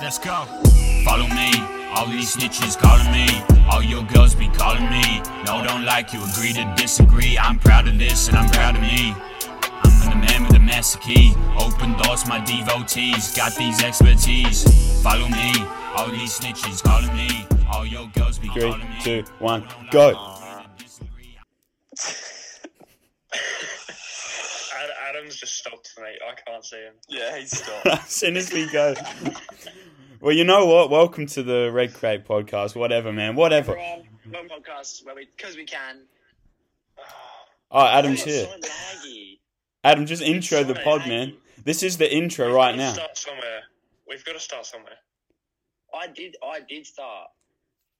Let's go. Follow me. All these snitches calling me. All your girls be calling me. No, don't like you. Agree to disagree. I'm proud of this and I'm proud of me. I'm the man with the master key. Open doors, my devotees. Got these expertise. Follow me. All these snitches calling me. All your girls be Three, calling me. two, one, go. Ad- Adam's just stopped, mate. I can't see him. Yeah, he's stopped. Sinisterly go. well, you know what? Welcome to the Red Crate podcast. Whatever, man. Whatever. One podcast where we, because we can. Oh, Adam's Oh, here. so laggy. Adam, just intro the pod, man. This is the intro right now. Start somewhere. We've got to start somewhere. I did, I did start,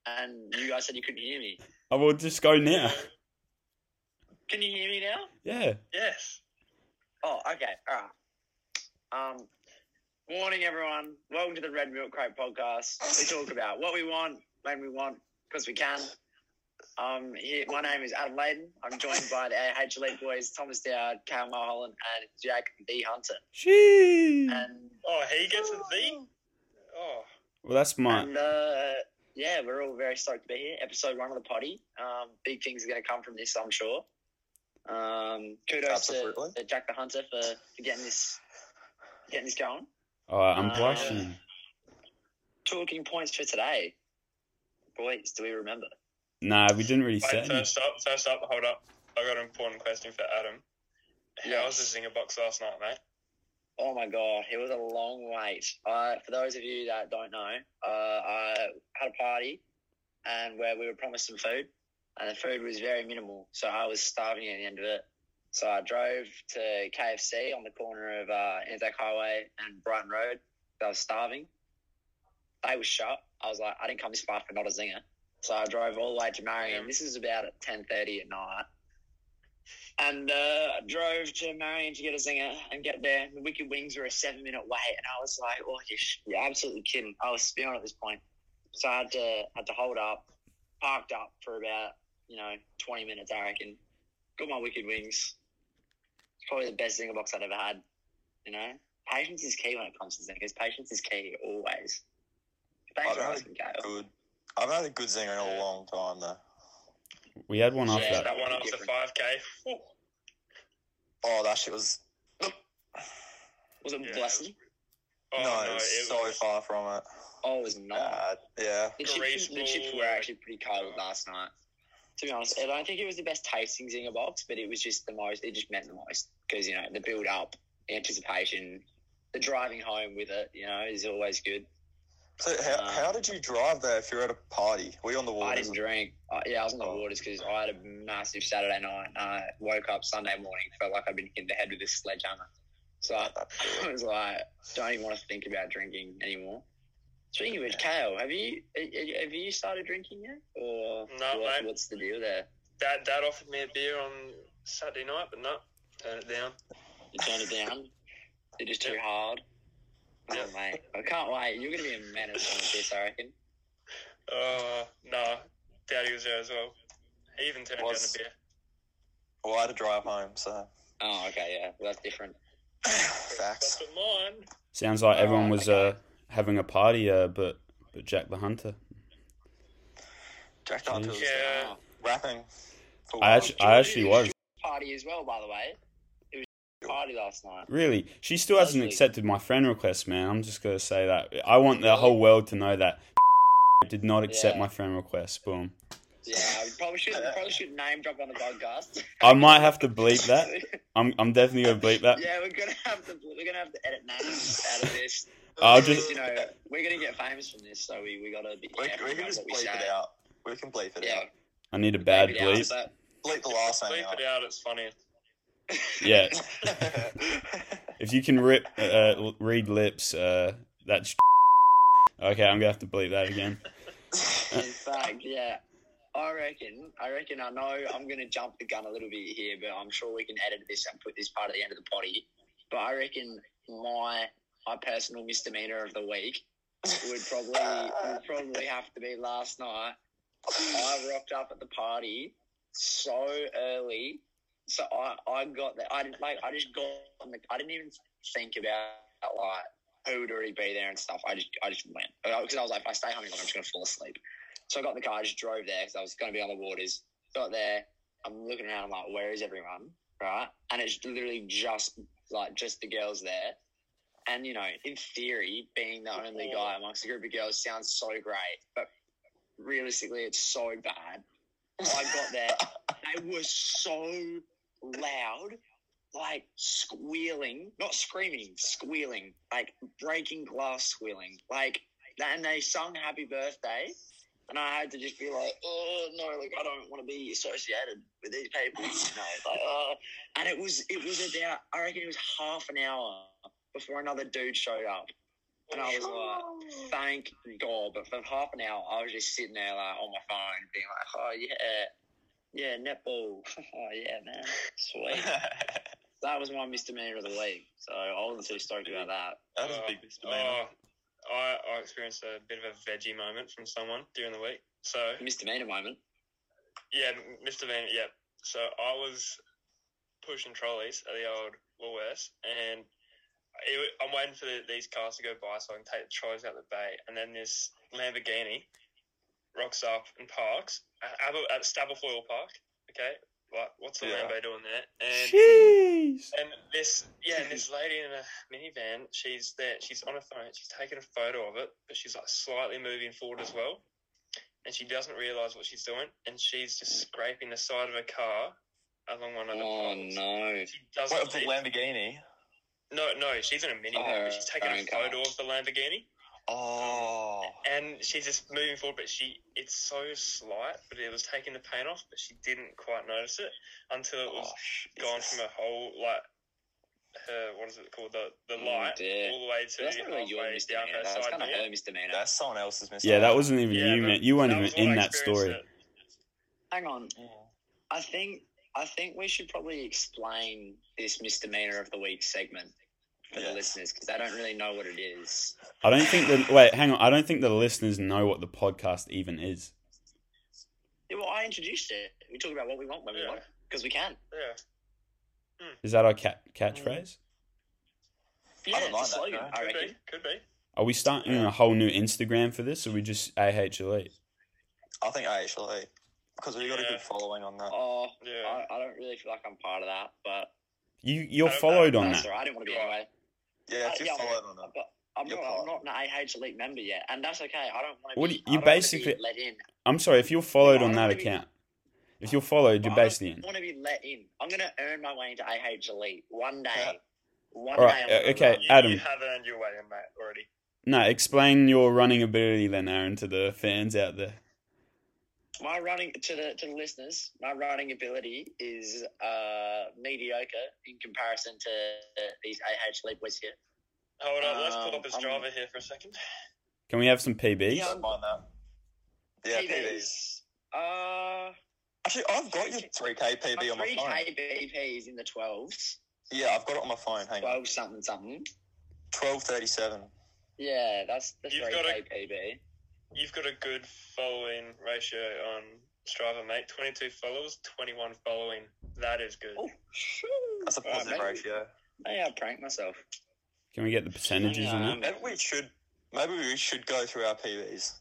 and you guys said you couldn't hear me. I will just go now. Can you hear me now? Yeah. Yes. Oh, okay, all right. Um, warning everyone. Welcome to the Red Milk Crate podcast. We talk about what we want when we want because we can. Um, here, my name is Adam Layden. I'm joined by the AH Elite boys Thomas Dowd, Cal Mulholland, and Jack B Hunter. Sheesh. And Oh, he gets a V. Oh, Well, that's mine. And uh, yeah, we're all very stoked to be here. Episode one of the potty. Um, big things are going to come from this, I'm sure. Um, kudos to, Absolutely. to Jack the Hunter for, for getting this getting this going. All right, I'm Uh, blushing. Talking points for today, boys. Do we remember? Nah, we didn't really wait, set any. first up, first up, hold up. I got an important question for Adam. How was the zinger box last night, mate? Oh my god, it was a long wait. Uh, for those of you that don't know, uh, I had a party and where we were promised some food, and the food was very minimal, so I was starving at the end of it. So I drove to KFC on the corner of uh, Anzac Highway and Brighton Road. 'cause I was starving. They were shut. I was like, I didn't come this far for not a zinger. So I drove all the way to Marion. This is about at ten thirty at night and uh, I drove to Marion to get a zinger and get there. The Wicked Wings were a seven minute wait, and I was like, "Oh, you're, sh- you're absolutely kidding!" I was spewing at this point, so I had to had to hold up, parked up for about you know twenty minutes, I reckon. Got my Wicked Wings. It's probably the best zinger box I've ever had. You know, patience is key when it comes to zingers. Patience is key always. Thanks I've for had asking, a Gail. good. I've had a good zinger in a long time though. We had one after Yeah. that. That one after Different. five k. Oh, that shit was. Was it Yeah. blessing? Oh no, it was so far from it. Oh, it was not. Uh, yeah. The chips, the chips were actually pretty cold last night. To be honest, and I don't think it was the best tasting zinger box, but it was just the most. It just meant the most because you know the build up, the anticipation, the driving home with it. You know, is always good. So how, how did you drive there if you're at a party? Were you on the I waters? didn't drink. Uh, yeah, I was on Oh. the waters because I had a massive Saturday night. And I woke up Sunday morning, felt like I'd been hit in the head with a sledgehammer. So Oh, I, I was like, don't even want to think about drinking anymore. Speaking of which, Kale, have you have you started drinking yet, or No, what- mate. what's the deal there? Dad, Dad offered me a beer on Saturday night, but no, turned it down. You turn it down. It is too Yep. hard. Oh, Yep. mate. I can't wait. You're going to be a menace on this, I reckon. Uh, no, Daddy was there as well. He even turned Was- down Well, I had to drive home, so Oh, okay, yeah. Well, that's different. the beer. facts. But mine. Sounds like everyone Uh, was uh, okay. having a party, uh, but but Jack the Hunter. Jack Hunter was Yeah. Oh. rapping. For I actually, I actually was. Party as well, by the way. It was a party last night. Really, she still hasn't Honestly. accepted my friend request, man. I'm just gonna say that. I want the whole world to know that did not accept Yeah. my friend request. Boom. Yeah, I probably should probably should name drop on the podcast. I might have to bleep that. I'm, I'm definitely gonna bleep that. yeah, we're gonna have to we're gonna have to edit names out of this. I'll just you know we're gonna get famous from this, so we, we gotta be we, careful we can about just what we bleep say. it out. We can bleep it Yeah, out. I need a bad bleep it bleep. out, Bleep the last name Bleep out. it out. It's funny. Yeah, if you can rip uh, l- read lips, uh, that's okay. I'm gonna have to bleep that again. In fact, yeah. I reckon, I reckon, I know I'm going to jump the gun a little bit here, but I'm sure we can edit this and put this part at the end of the potty. But I reckon my my personal misdemeanor of the week would probably would probably have to be last night. I rocked up at the party so early, so I, I got there. I didn't like. I just got. On the, I didn't even think about like who would already be there and stuff. I just I just went because I was like, if I stay home, I'm just gonna fall asleep. So I got in the car, I just drove there because I was gonna be on the waters. Got there, I'm looking around, I'm like, where is everyone? Right, and it's literally just like just the girls there. And you know, in theory, being the only guy amongst a group of girls sounds so great, but realistically, it's so bad. I got there. They were so loud, like squealing, not screaming, squealing, like breaking glass squealing, like that. And they sung "Happy Birthday," and I had to just be like, "Oh no, like I don't want to be associated with these people." You know, like, oh. and it was it was about I reckon it was half an hour before another dude showed up, and I was uh, like Oh. thank God. But for half an hour, I was just sitting there like on my phone, being like, "Oh yeah, yeah, netball. oh yeah, man, sweet." that was my misdemeanor of the week, so I wasn't too stoked about that. That is a big misdemeanor. Oh, I, I experienced a bit of a veggie moment from someone during the week. So Misdemeanor moment. yeah, Mr. Van, yeah. So I was pushing trolleys at the old Woolworths, and it, wa- I'm waiting for the, these cars to go by so I can take the trolleys out the bay. And then this Lamborghini rocks up and parks at, Ab- at Stabblefoyle Park. Okay, like what's the Yeah. Lambo doing there? And Jeez. and this, yeah, and this lady in a minivan, she's there, she's on her phone, she's taking a photo of it, but she's like slightly moving forward as well. And she doesn't realize what she's doing, and she's just scraping the side of a car along one of the Oh poles. no! She doesn't. What of the see- Lamborghini? no, no, she's in a minivan, Oh, but she's taking a own car. photo of the Lamborghini, Oh, and she's just moving forward, but she, it's so slight, but it was taking the paint off, but she didn't quite notice it until it was oh gone from her whole like her what is it called the the Oh, light dear. all the way to That's not really your halfway down misdemeanor. her That's side kind of door. her misdemeanor. That's someone else's mistake. Yeah, that wasn't even Yeah, you, but man. You weren't that even was in what I that story. experienced Hang on. Yeah. I think I think we should probably explain this misdemeanor of the week segment for Yeah. the listeners because they don't really know what it is. I don't think the wait, hang on. I don't think the listeners know what the podcast even is. Yeah, well, I introduced it. We talk about what we want when we Yeah. want because we can. at. Yeah. Is that our cat Mm. catchphrase? Yeah, don't it's a mind that, slogan. no. I Could reckon. be, could be. Are we starting a whole new Instagram for this, or we just AHLE? I think AHLA because E, we got a Yeah. good following on that. Oh, Yeah. I, I don't really feel like I'm part of that, but You you're No, no, followed on that's that. all right. I didn't want to be You are. anyway. yeah, I- if you Uh, yeah, followed on that. But I'm You're not, part I'm of not an AH elite member yet, and that's okay. I don't want to. What be, do you- I you don't wanna be basically- let in. I'm sorry if you're followed Yeah, I on that don't think- account. If you're followed, you're I don't basically in. want to be let in. I'm going to earn my way into AH elite one day. Yeah. One All day. right, I'm gonna uh, okay, run. You, Adam. you have earned your way in, mate, already. No, explain your running ability then, Aaron, to the fans out there. my running to the to the listeners, my running ability is uh, mediocre in comparison to uh, these AH league boys here. Hold on, let's pull Um, up his I'm- driver here for a second. Can we have some PBs? Yeah, Don't mind that. Yeah, PBs. Uh, Actually, I've got your 3K my PB on my three phone. KBP is in the twelves, Yeah, I've got it on my phone. Hang on. twelve something something. 1237. Yeah, that's the You've three got a- KBP. You've got a good following ratio on Strava, mate. Twenty-two followers, twenty-one following. That is good. Oh, shoo. That's a Right, positive maybe- ratio. Maybe I pranked myself. Can we get the percentages on that? Um, Maybe we should maybe we should go through our PBs.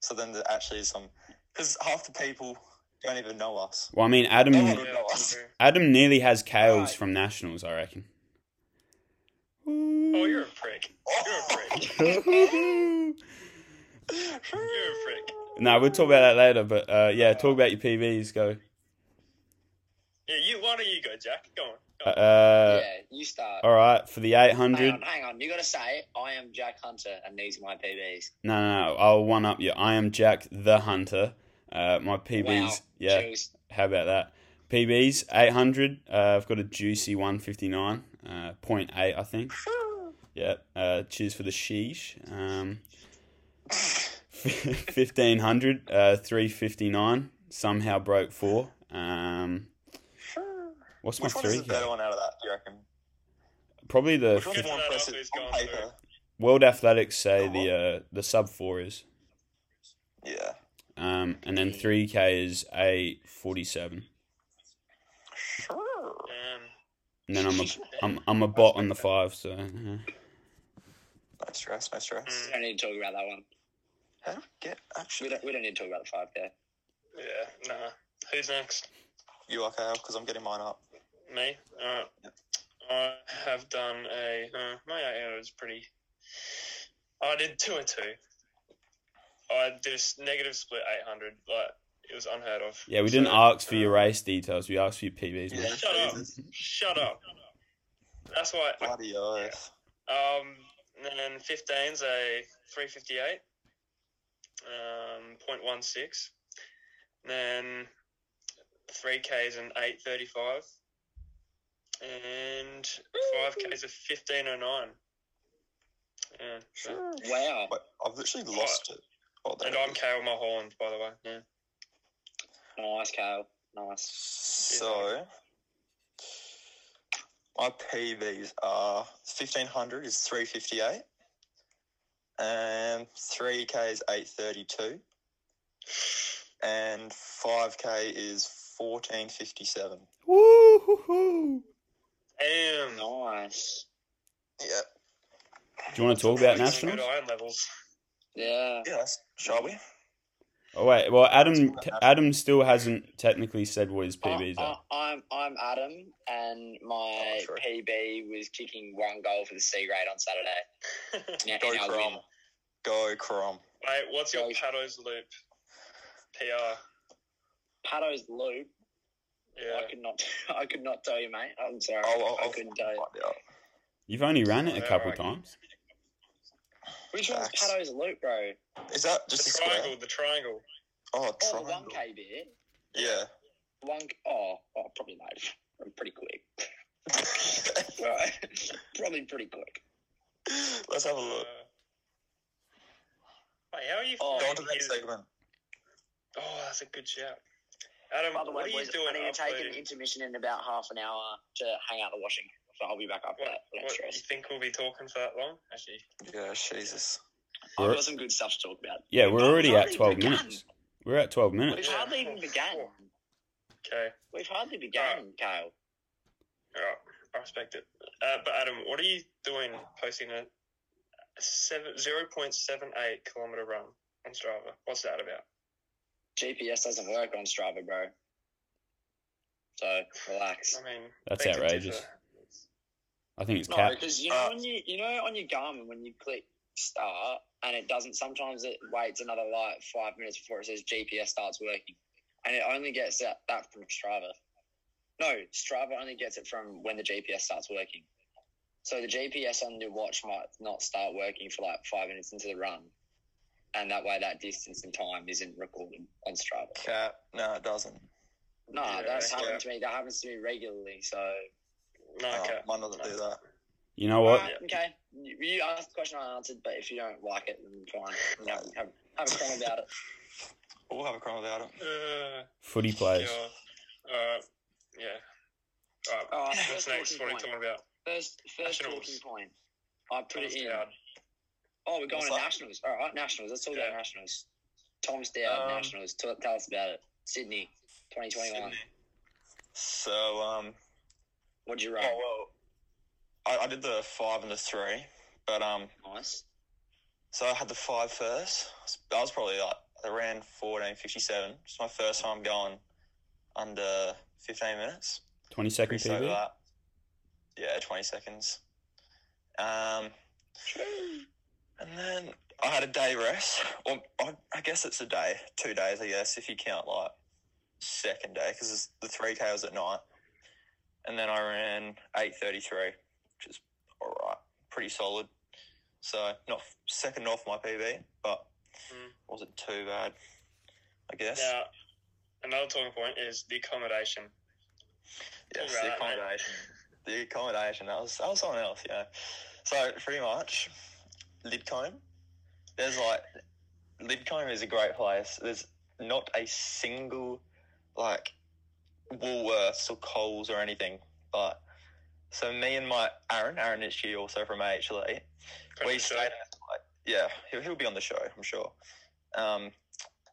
So then there actually is some because half the people don't even know us. Well, I mean, Adam Yeah. Adam nearly has Kales Right. from Nationals, I reckon. Oh, you're a prick. You're a prick. You're a prick. No, we'll talk about that later. But uh, yeah, talk about your PBs. Go. Yeah, you. Why don't you go, Jack? Go on. Go on. Uh, yeah, Um, you start. All right, for the eight Hang hundred. on, hang on. You got to say it. I am Jack Hunter, and these are my PBs. No, no, no. I'll one up you. I am Jack the Hunter. Uh, my PBs. Wow. Yeah. Cheers. How about that? PBs eight hundred. Uh, I've got a juicy one fifty nine. Uh, 0.8, I think. Yeah. Uh, cheers for the sheesh. Um, fifteen hundred. Uh, three fifty nine. Somehow broke four. Um, what's my Which one is three? the better one out of that? Do you reckon? Probably the Which one's Get more that off impressive who's on gone paper? World Athletics say Oh, the uh, the sub four is, Yeah. um, and then three k is a forty seven, Sure. Um, and then I'm a I'm I'm a bot on the five, so uh, No stress, no stress. We don't need to talk about that one. How do we get We actually? don't, we don't need to talk about the five k. Yeah, nah. Who's next? You are KL because I'm getting mine up. Me? Alright. I have done a. Uh, my AO was pretty. I did two and two. I did a s- negative split 800. Like, it was unheard of. Yeah, we didn't So, ask for your uh, race details. We asked for your PBs. mate. Yeah. Shut up. Shut up. That's why. I, Bloody oath. um, and then 15's a 358, um, 0.16. Then 3K's an 835. And 5K's a 1509. Yeah, so- Wow. But I've literally lost it. Oh, there And it I'm is. Kale Mulholland, by the way. Yeah. Nice, Kale. Nice. So my PVs are fifteen hundred is three fifty eight, and three K is eight thirty two, and five K is fourteen fifty seven. Woo-hoo-hoo. Damn. Nice. Yeah, Do you want to talk about That's some nationals? Good iron levels. Yeah. yeah. That's, shall we? Oh wait, well Adam Adam still hasn't technically said what his PBs I, Uh, are. I, am I'm Adam, and my Oh, true. PB was kicking one goal for the C grade on Saturday. Yeah, Go and I Crom. win. Go Crom. Wait, what's your Like- Paddo's loop? PR. Pato's loop. I Yeah. could not. I could not tell you, mate. I'm sorry. I'll- I'll- I I'll couldn't tell you. find out. You've only ran it a Yeah, couple right. times. Which one's Facts. Pato's loop, bro? Is that just The a square? triangle, the triangle. Oh, Oh, triangle. the one K bit. Yeah. One. Oh, oh, probably no. I'm pretty quick. Right. probably pretty quick. Let's have a look. Uh, Wait, how are you? Oh, Go finding on to the next his- segment. Oh, that's a good shout. Adam, By the way, what are you boys, doing? I need to take an uploading? intermission in about half an hour to hang out the washing. So I'll be back after What, that. Don't what, you stress. think we'll be talking for that long? Actually, Yeah, Jesus. I've We're- got some good stuff to talk about. yeah, we're We've already at hardly twelve begun. minutes. We're at twelve We've minutes. Yeah. hardly even begun. okay, We've hardly begun, Kyle. all right, I respect it. Uh, but Adam, what are you doing? Posting a seven zero point seven eight kilometer run on Strava. What's that about? GPS doesn't work on Strava, bro. So relax. I mean, That's beg to outrageous. differ. I think it's No, cap. because you know Uh, when you you know on your Garmin when you click start and it doesn't. Sometimes it waits another like five minutes before it says GPS starts working, and it only gets that, that from Strava. No, Strava only gets it from when the GPS starts working. So the GPS on your watch might not start working for like five minutes into the run, and that way that distance and time isn't recorded on Strava. Cat. No, it doesn't. No, Yeah, that's happened yeah. to me. That happens to me regularly. So No, Oh, okay. mine doesn't do that. You know what? Alright, Uh, okay, you you asked the question I answered, but if you don't like it, then fine. No. Have, have, have a cry about it. We'll have a crime without it. Uh, Footy players. God. Uh, yeah. All right. All right, What's first next? What are talking you point. talking about? First, first talking Nationals. point. I put it Thomas in. Dowd. Oh, we're going What's to that? nationals. All right, nationals. Let's talk Yeah. about nationals. Tom's Dowd, Um, nationals. Tell, tell us about it. Sydney, twenty twenty one. Sydney. So, um, What'd you run? oh, well, I, I did the five and the three, but um, Oh. nice. so I had the five first. I was probably like around fourteen fifty-seven. It's my first time going under fifteen minutes. Twenty second Pretty stoked with PB. that. Yeah, twenty seconds. Um, and then I had a day rest, or I, I guess it's a day, two days, I guess, if you count like second day, because the three k was at night, and then I ran eight thirty three, which is all right, pretty solid. So not f- second off my PB, but Mm. wasn't too bad, I guess. Now, another talking point is the accommodation. Yes, Right, the mate. accommodation. The accommodation. That was that was something else, yeah. So pretty much, Lidcombe. There's like Lidcombe is a great place. There's not a single like Woolworths or Coles or anything. But so me and my Aaron, Aaron is here also from AHLE. E. We Question, stayed in this place. Yeah, he'll, he'll be on the show, I'm sure. Um,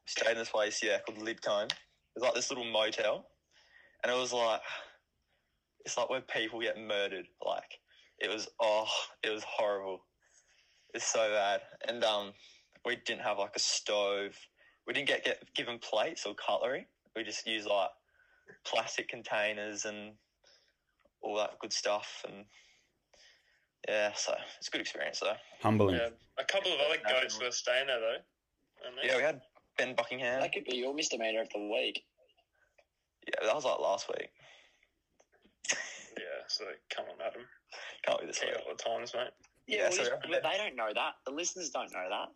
stayed in this place, yeah, called Lidcombe. It's like this little motel, and it was like, it's like where people get murdered. Like, it was oh, it was horrible. It's so bad. And um, we didn't have like a stove. We didn't get, get given plates or cutlery. We just used like plastic containers and all that good stuff. And yeah, so it's a good experience though. Humbling. Yeah. A couple of other goats were staying there though. weren't they? Yeah, we had Ben Buckingham. That could be your misdemeanor of the week. Yeah, that was like last week. Yeah, so come on, Adam. Can't be this Tell week. you all the times, mate. Yeah, well, so- you- but they don't know that. The listeners don't know that.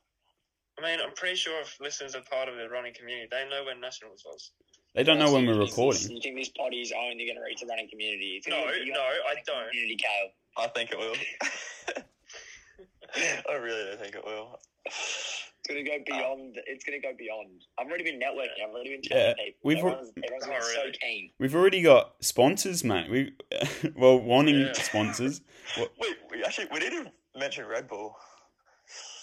I mean, I'm pretty sure if listeners are part of the running community, they know when Nationals was. They don't know when You we're think this- recording. You think this potty's only going to reach the running community? You think No, you- you- no, I don't. Community Kale. I think it will. I really don't think it will. It's going to Uh, go beyond. it's going to go beyond. I've already been networking. I've already been Yeah, telling people. we've- everyone's, everyone's been Oh, really? so keen. We've already got sponsors, mate. We well wanting Yeah. sponsors. Wait, we actually we didn't mention Red Bull.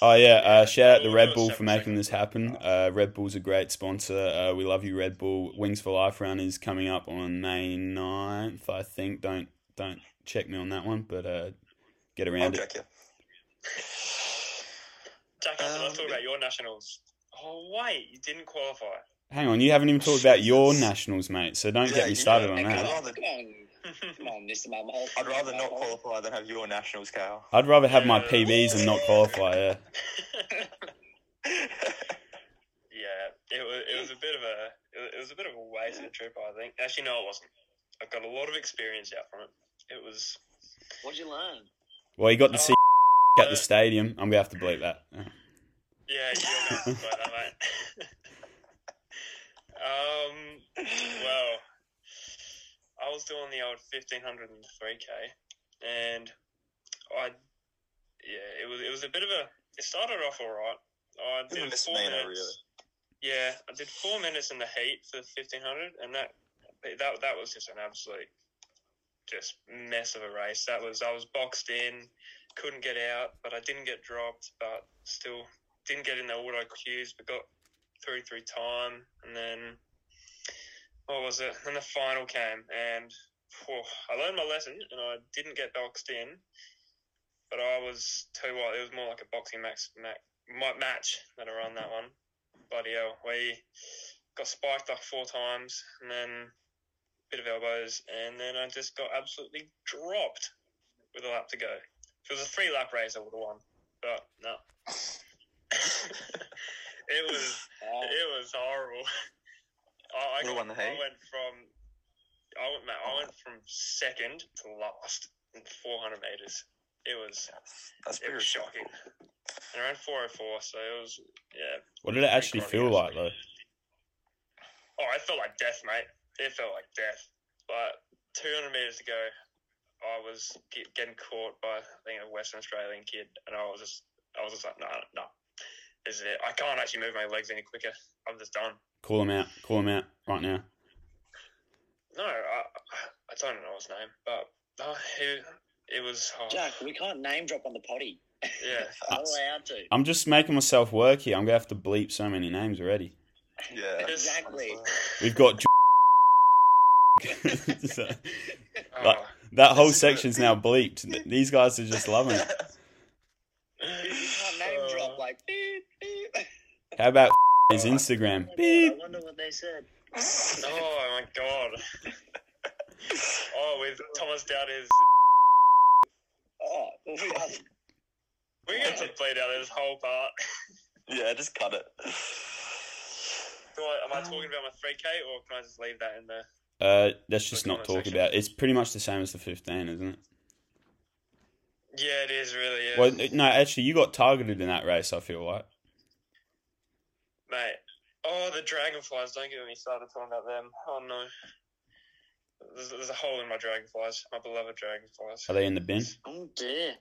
Oh yeah, uh, shout out to We'll Red do a Bull for separate making segment. this happen. Uh, Red Bull's a great sponsor. Uh, we love you, Red Bull. Wings for Life run is coming up on May 9th, I think. Don't don't check me on that one, but uh, get I'll around it. check you. Jack, let's Um, talk about your Nationals. Oh wait, you didn't qualify. Hang on, you haven't even talked about your nationals, mate. So don't Yeah, get me you- started on Hey, I'd that. come, on, rather- come on, come on, Mr. Mum. I'd rather not qualify than have your nationals, Kale. I'd rather have my Yeah. PBs and not qualify. Yeah. Yeah, it was it was a bit of a it was- it was a bit of a wasted trip, I think. Actually, no, it wasn't. I got a lot of experience out from it. It was What'd you learn? Well, you got to Oh, see at uh, the stadium. I'm gonna have to bleep that. Uh, yeah, you're not about that, mate. um, well, I was doing the old fifteen hundred and three k, and I yeah, it was it was a bit of a. It started off all right. I It was a did four misnomer, minutes. Yeah, I did four minutes in the heat for the fifteen hundred, and that that that was just an absolute just mess of a race. That was I was boxed in, couldn't get out, but I didn't get dropped, but still didn't get in the auto queues, but got through through time, and then what was it? And the final came, and phew, I learned my lesson, and I didn't get boxed in, but I was tell you what, it was more like a boxing max, max match that I run that one. Bloody hell, we got spiked like four times, and then bit of elbows, and then I just got absolutely dropped with a lap to go. If it was a three lap race, I would have won, but no. it was Oh, it was horrible. I, I, Would've won the I heat. went from I went, mate, I went from second to last in 400 meters. It was That's, that's it pretty was shocking. shocking. And I ran 404, so it was yeah. What did it actually feel like though? Oh, it felt like death, mate. It felt like death. But 200 meters to go, I was get, getting caught by I think a Western Australian kid, and I was just I was just like, no, nah, no, this is it. I can't actually move my legs any quicker. I'm just done. Call them out. Call them out right now. No, I, I don't know his name, but uh, he, it was. Oh, Jack, we can't name drop on the potty. Yeah, We're not allowed to. I'm just making myself work here. I'm gonna have to bleep so many names already. Yeah. Exactly. We've got so, oh, that whole section's now bleeped. Th- These guys are just loving it. You can't name Uh, drop like. Beep, beep. How about his Instagram? I Beep. wonder what they said. oh my god. oh, with Thomas Dowd's. Oh, well, we asked We're going to bleed out this whole part. yeah, just cut it. Do I, am I talking about my 3K or can I just leave that in there? Uh, let's just not talk about. It. It's pretty much the same as the 15, isn't it? Yeah, it is really. Is. Well, no, actually, you got targeted in that race. I feel like. Mate. Oh, the dragonflies. Don't get me started talking about them. Oh no. There's, there's a hole in my dragonflies. My beloved dragonflies. Are they in the bin? Oh dear.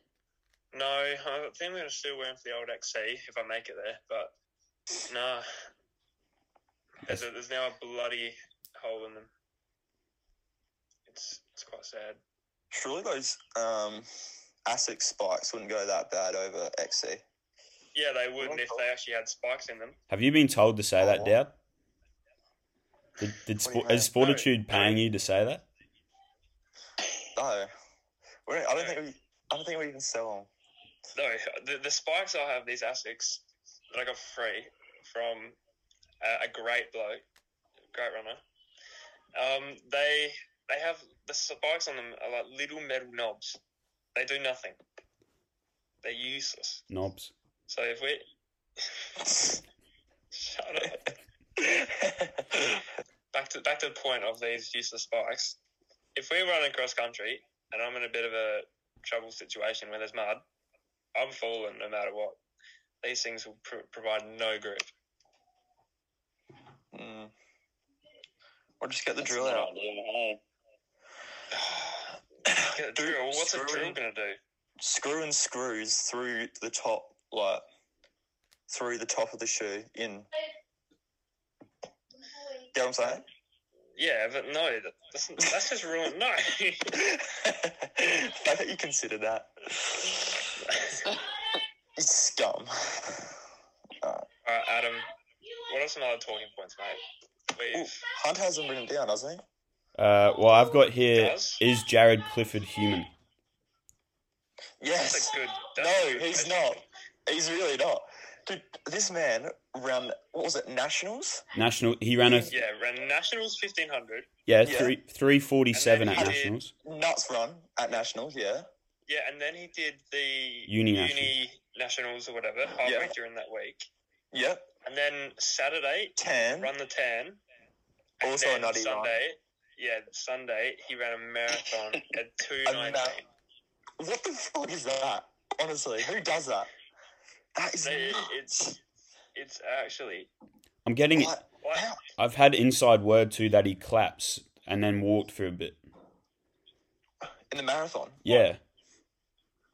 No, I think I'm going to still wear them for the old XC if I make it there, but no. There's, a, there's now a bloody hole in them. It's it's quite sad. Surely those um, ASIC spikes wouldn't go that bad over XC. Yeah, they wouldn't if they actually had spikes in them. Have you been told to say Oh. that, Dowd? Did, did What do you Sport, is mean? No, Sportitude paying you to say that? No, we don't, I don't think we. I don't think we can sell No, the, the spikes I have, these Asics that I got for free from uh, a, a great bloke, great runner. Um, they they have the spikes on them are like little metal knobs. They do nothing. They're useless. Knobs. So if we shut up, back to back to the point of these useless spikes. If we're running cross country and I'm in a bit of a trouble situation where there's mud, I'm falling no matter what. These things will pr- provide no grip. Mm. Or just get the That's drill not out. ideal, eh? Get a drill. What's a drill gonna do? Screwing screws through the top, like through the top of the shoe in. Get what I'm saying? Yeah, but no, that- that's, that's just ruined. No, I bet you consider that. Scum. All right, Adam. What are some other talking points, mate? Ooh, We've Hunt has them written down, hasn't he? Uh, well, I've got here does. is Jared Clifford human? Yes. That's a good. No, That's a good he's question. not. He's really not. Dude, this man ran, what was it, Nationals? National. He ran a Yeah, ran nationals fifteen hundred. yeah, Yeah. three three forty seven And at then he did- nationals. Nuts run at Nationals, yeah. Yeah, and then he did the Uni Nationals. Uni nationals or whatever halfway Yeah. during that week, Yep. and then Saturday Tan. run the tan. and Also a then nutty run. Sunday. Yeah, Sunday he ran a marathon at two A nineteen. ma- uh, What the fuck is that? Honestly, who does that? That is They- nuts. it's- It's actually I'm getting it. Like, like, how- I've had inside word too that he claps and then walked for a bit. in the marathon. Yeah.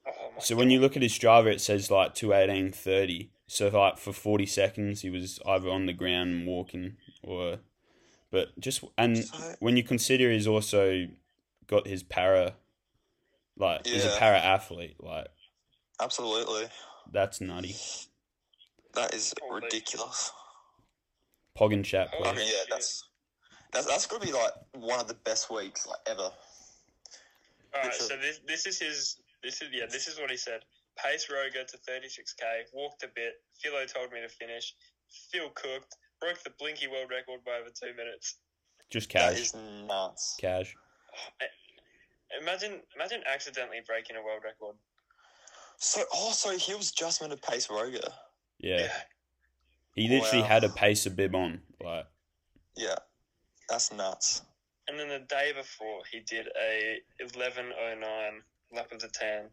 oh my So when you look at his Strava, it says like two eighteen thirty. So like for forty seconds, he was either on the ground and walking, or but just and So- when you consider he's also got his para, like he's a Yeah. para athlete. Like Absolutely. that's nutty. That is Holy- ridiculous. Pog and chat, Oh, I please. mean, yeah, that's that's that's gonna be like one of the best weeks like ever. All right, Good so shot. this this is his this is yeah this is what he said. Pace Roger to 36k, walked a bit. Philo told me to finish. Phil cooked, broke the Blinky world record by over two minutes. Just That cash, is nuts. cash. Imagine imagine accidentally breaking a world record. So also he was just meant to pace Roger. Yeah, he literally Wow. had a pacer bib on. Like Yeah. That's nuts. And then the day before, he did a 11:09 lap of the tan,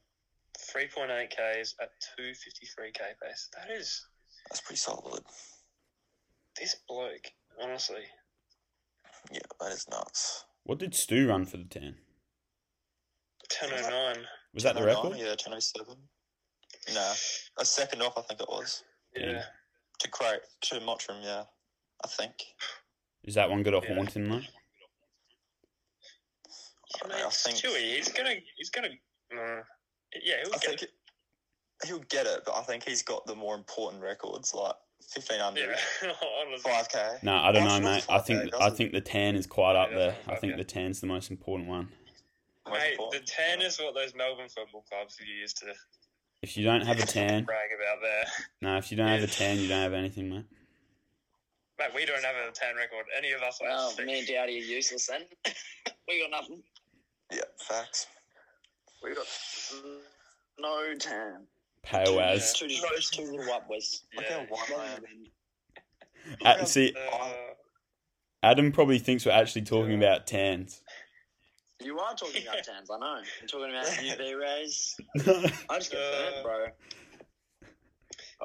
3.8 k's at 2:53k pace. That is That's pretty solid. this bloke, honestly. Yeah, that is nuts. what did Stu run for the ten? 10:09. Was that the 10.09? record? Yeah, ten oh seven. No. A second off I think it was. Yeah. To Craig to Mottram, yeah. I think. Is that one got a Yeah. haunting though? I, don't know, I think Chewy, he's gonna, he's gonna, uh, yeah, he'll I get think it, he'll get it, but I think he's got the more important records like fifteen Yeah, hundred, honestly. five K. No, I don't know, That's not mate. fucked I out, think does I it? think the tan is quite up Yeah, there. that's I not think bad. the tan's the most important one. Mate, the tan is what those Melbourne football clubs use to If you don't have a tan, brag about there. no, if you don't have a Yeah. tan, you don't have anything, mate. Mate, we don't have a tan record. Any of us Well, are me and Dowdy are useless then. we got nothing. Yeah, facts. We got no time. Pale as. Two, two, two little wobblers. Look Yeah. how white I am. At, see, Uh, Adam probably thinks we're actually talking about tans. You are talking about tans, I know. You're talking about UV rays. I just get Uh, burnt, bro.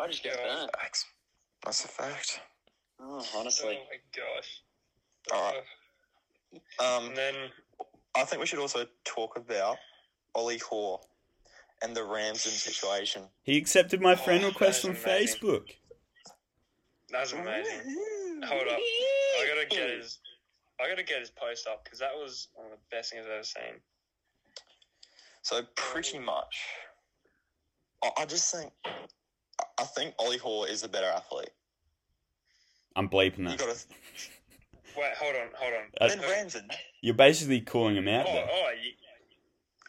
I just get yeah. burnt. Facts. That's a fact. Oh, oh honestly. my gosh. uh, Alright. Um, And then, I think we should also talk about Ollie Hoare and the Ramsden situation. He accepted my friend Oh, request on that is Facebook. that's amazing. Hold up. I gotta get his, I gotta get his post up because that was one of the best things I've ever seen. So pretty much, I, I just think, I- I think Ollie Hoare is the better athlete. I'm bleeping You that. got to Wait, hold on, hold on. Uh, then Ramsden. You're basically calling him oh, out there. oh, you,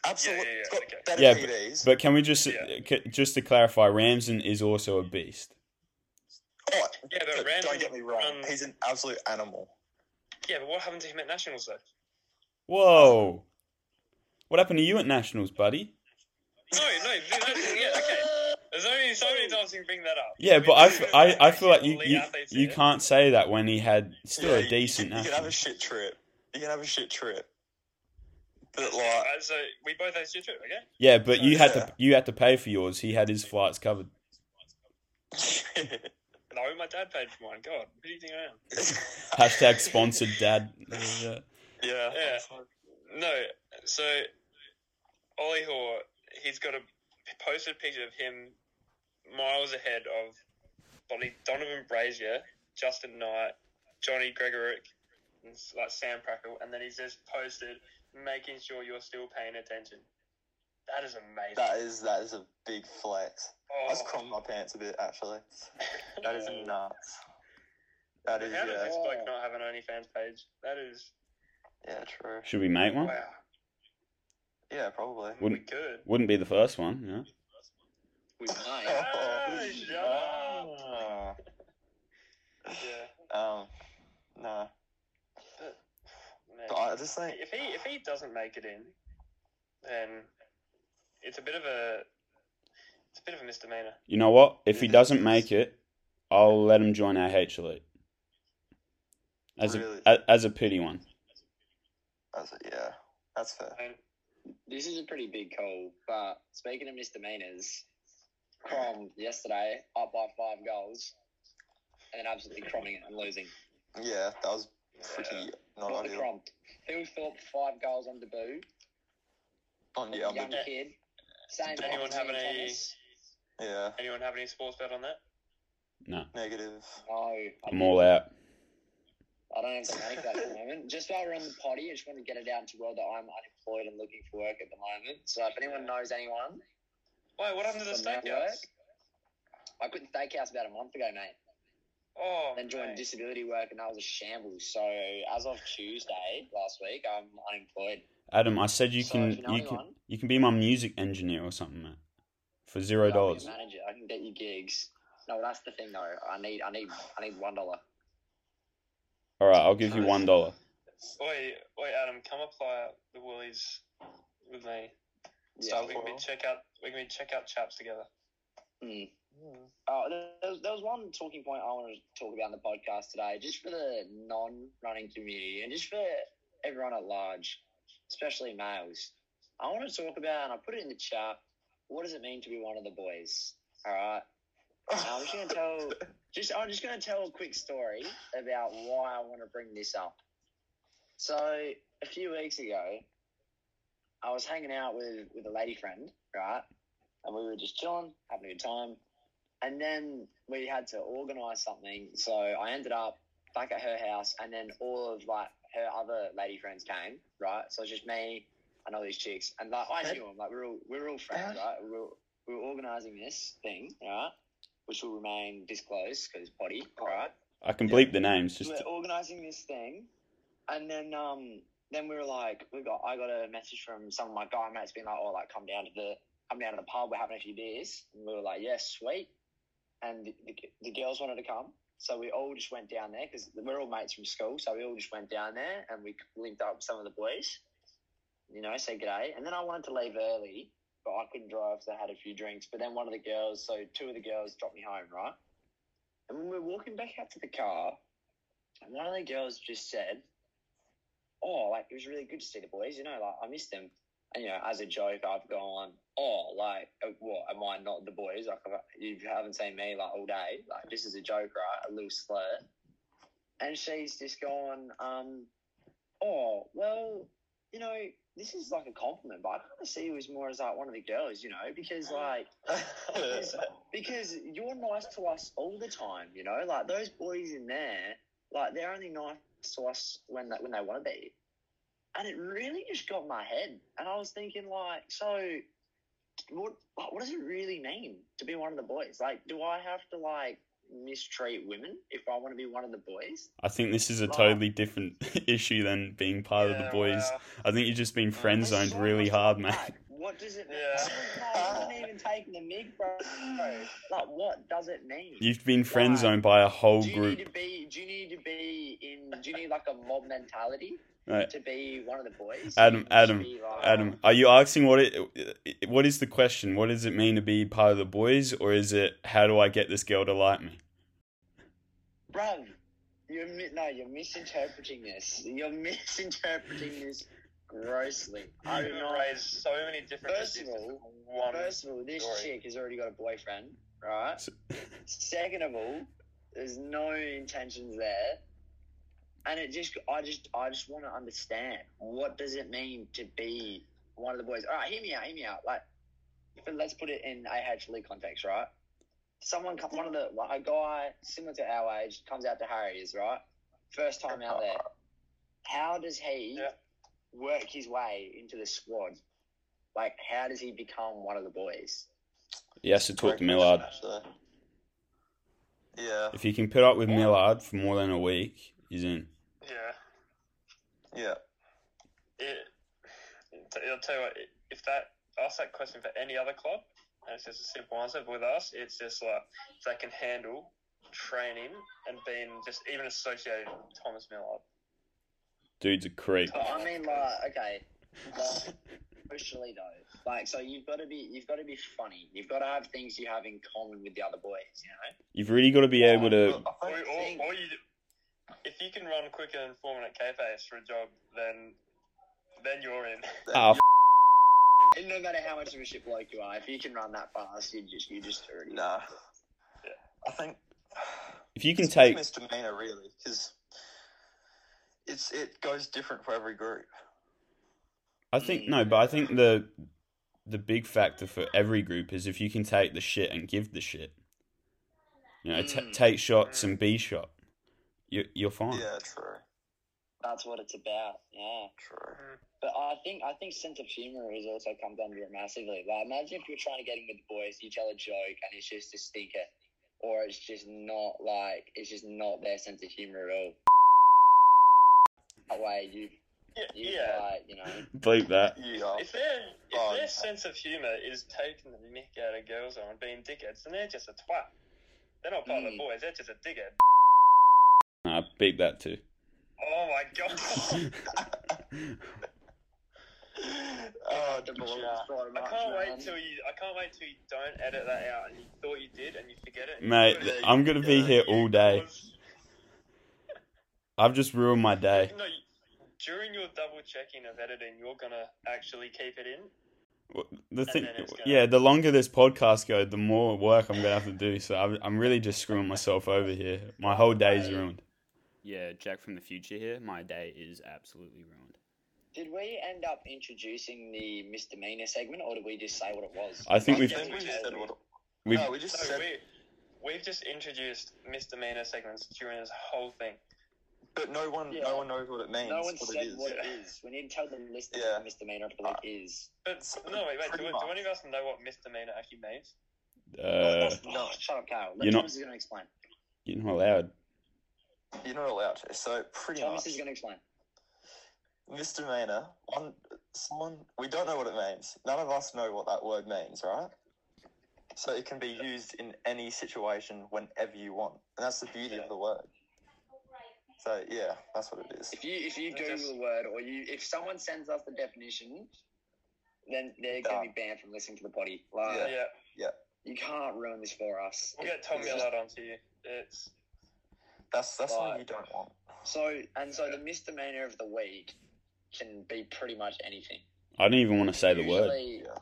Absolutely. yeah, it's yeah, got okay. better Yeah, PDs. But can we just Yeah. ca- just to clarify, Ramsden is also a beast. Oh, Yeah, but look, Ramsey- don't get me wrong. um, he's an absolute animal. Yeah, but what happened to him at nationals though? Whoa! What happened to you at nationals, buddy? No, no, the nationals, yeah, okay. There's only so many times you can bring that up. Yeah, but I, f- I, I feel like you, Elite you, athletes you here. can't say that when he had still Yeah, a you- decent You can have a nationals. shit trip. You can have a shit trip. But like, Uh, so we both had your trip, okay? Yeah, but you had Yeah. to you had to pay for yours. He had his flights covered. No, my dad paid for mine. God, who do you think I am? Hashtag sponsored dad. yeah. Yeah. No, so Ollie Hoare, he's got a posted picture of him miles ahead of bloody Donovan Brazier, Justin Knight, Johnny Gregorick, and s- like Sam Prackle, and then he's just posted making sure you're still paying attention. That is amazing. That is that is a big flex. Oh. I was crumbing my pants a bit actually. That is nuts. That is How does this yeah, bloke not have an OnlyFans page? That is yeah, true. Should we make one? wow. Yeah, probably. We Wouldn't could. wouldn't be the first one. Yeah. We might. Ah, shut up. Ah. Yeah. Um, no, man. but I just think if he if he doesn't make it in, then it's a bit of a it's a bit of a misdemeanor. You know what? If he doesn't make it, I'll let him join our H Elite. As Really? a, a as a pity one. that's yeah, that's fair. I mean, This is a pretty big call, but speaking of misdemeanors, Crom yesterday up by five goals and then absolutely cromming it and losing. Yeah, that was uh, pretty Oh, not Not the ideal. Crom. Phil Thorpe five goals on debut. On the young album, kid. Same Does anyone as have Ian any- Thomas. yeah, anyone have any sports bet on that? No, negative. No, I I'm all out. I don't have to make that at the moment. Just while we're on the potty, I just want to get it out to world that I'm unemployed and looking for work at the moment. So if anyone knows anyone, Wait, what happened to the from that steakhouse? I quit the steakhouse about a month ago, mate. Oh, Then joined mate. disability work, and that was a shambles. So as of Tuesday last week, I'm unemployed. Adam, I said you So can if you know you can anyone- you can be my music engineer or something, mate. For zero I'll be a dollars. Manager, I can get you gigs. No, that's the thing though. I need, I need, I need one dollar. Alright, I'll give you one dollar. Wait, wait, Adam, come apply at the Woolies with me. Yeah. So we can be check out we can be check out chaps together. Mm. Oh, there, there was, there was one talking point I wanted to talk about in the podcast today, just for the non-running community and just for everyone at large, especially males. I want to talk about, and I put it in the chat. What does it mean to be one of the boys? All right, And I'm just gonna tell. Just I'm just gonna tell a quick story about why I want to bring this up. So a few weeks ago, I was hanging out with with a lady friend, right, and we were just chilling, having a good time. And then we had to organise something. So I ended up back at her house, and then all of like her other lady friends came, right? So it's just me and all these chicks, and like I knew them, like we we're all we we're all friends, right? We We're, we we're organising this thing, right? Which will remain disclosed because potty, all right? I can bleep the names just we're organizing this thing, and then um, then we were like, we got I got a message from some of my guy mates being like, oh, like come down to the come down to the pub, we're having a few beers, and we were like, yes, sweet, and the, the, the girls wanted to come, so we all just went down there because we're all mates from school, so we all just went down there and we linked up with some of the boys, you know, say g'day, and then I wanted to leave early. But I couldn't drive, so I had a few drinks. But then one of the girls, so two of the girls dropped me home, right? And when we were walking back out to the car, and one of the girls just said, "Oh, like it was really good to see the boys. You know, like I missed them." And you know, as a joke, I've gone, "Oh, like uh, what? Am I not the boys? Like I've- you haven't seen me like all day. Like this is a joke, right? A loose slur." And she's just gone, um, "Oh, well, you know, this is like a compliment, but I kind of see you as more as like one of the girls, you know, because like." Because, because you're nice to us all the time, you know. Like those boys in there, like they're only nice to us when they, when they want to be. And it really just got in my head, and I was thinking like, so what? What does it really mean to be one of the boys? Like, do I have to like mistreat women if I want to be one of the boys. I think this is a Right. totally different issue than being part of the Yeah, boys. wow. I think you've just been friend There's zoned so really much hard, to mate. unpack. What does it mean? Yeah. No, it wasn't even taking the mig, bro. Like, what does it mean? You've been friend zoned by a whole do you need group. to be? Do you need to be in? Do you need like a mob mentality Right. to be one of the boys? Adam, You should Adam, be, like- Uh, Adam, are you asking what it? What is the question? What does it mean to be part of the boys, or is it how do I get this girl to like me? Bruv, you're mi- no, you're misinterpreting this. You're misinterpreting this grossly. I I've do been not. raised so many different First of ideas. all, One. first of all, this story. chick has already got a boyfriend, right? S- Second of all, there's no intentions there, and it just, I just, I just want to understand what does it mean to be one of the boys. All right, hear me out, hear me out. Like, but let's put it in AH Lee context, right? Someone, come- one of the, like, a guy similar to our age comes out to Harry's, right? First time out there. How does he Yeah. work his way into the squad? Like, how does he become one of the boys? He has to talk to Great Millard. question, actually. Yeah, If he can put up with Millard for more than a week, he's in. Yeah. yeah. it, t- I'll tell you what, if that ask that question for any other club, and it's just a simple answer. But with us, it's just like if they can handle training and being just even associated with Thomas Millard. Dude's a creep. But I mean, like, okay, like, socially though, like, so you've got to be, you've got to be funny. You've got to have things you have in common with the other boys, you know. You've really got to be able to. Look, I Or, think- or, or you, if you can run quicker than four minute K pace for a job, then then you're in. Ah, And no matter how much of a shit bloke you are, if you can run that fast, you just, you just already. Nah. I think if you can it's take, misdemeanor really because it's it goes different for every group. I think no, but I think the the big factor for every group is if you can take the shit and give the shit. You know, t- Mm. take shots and be shot. You you're fine. Yeah, true, That's what it's about. Yeah. true. But I think I think sense of humor has also come under it massively. Like imagine if you're trying to get in with the boys, you tell a joke and it's just a stinker, or it's just not like it's just not their sense of humor at all. That way you Yeah, you yeah. like you know Bleep that. Yeah, If their if Oh, their yeah. sense of humour is taking the mick out of girls and being dickheads, then they're just a twat. They're not part of the Mm. boys. They're just a dickhead. Nah, beep that too. Oh my god. oh, the ball yeah. so I much, can't man. wait till you. I can't wait till you don't edit that out and you thought you did and you forget it. Mate, I'm gonna be here all day. I've just ruined my day. No, you- during your double checking of editing, you're gonna actually keep it in. The thing, then it's gonna- yeah, the longer this podcast goes, the more work I'm gonna have to do. So I'm, I'm really just screwing myself over here. My whole day's ruined. Yeah, Jack from the future here. My day is absolutely ruined. Did we end up introducing the misdemeanor segment, or did we just say what it was? I think I we've think we just said what. we've no, we just So said. we we've just introduced misdemeanor segments during this whole thing. But no one, Yeah. no one knows what it means. no one what said it is. what it is. We need to tell the listeners Yeah. what misdemeanor what Uh, it is. But no, wait, wait. Do, Pretty do much. any of us know what misdemeanor actually means? uh, no, shut up, Carl. you're Let not- Thomas is going to explain. you're not allowed. You're not allowed to. So pretty Thomas much, is going to explain. misdemeanor. One, someone we don't know what it means. None of us know what that word means, right? So it can be used in any situation, whenever you want, and that's the beauty of the word. So yeah, that's what it is. If you if you I Google just- the word or you if someone sends us the definition, then they're gonna be banned from listening to the potty. Like Yeah, Yeah. you can't ruin this for us. we'll get Tom It's just- Millard onto you. It's That's that's Right. what you don't want. So and so the misdemeanor of the week can be pretty much anything. I didn't even want to say the word. Usually, Yeah.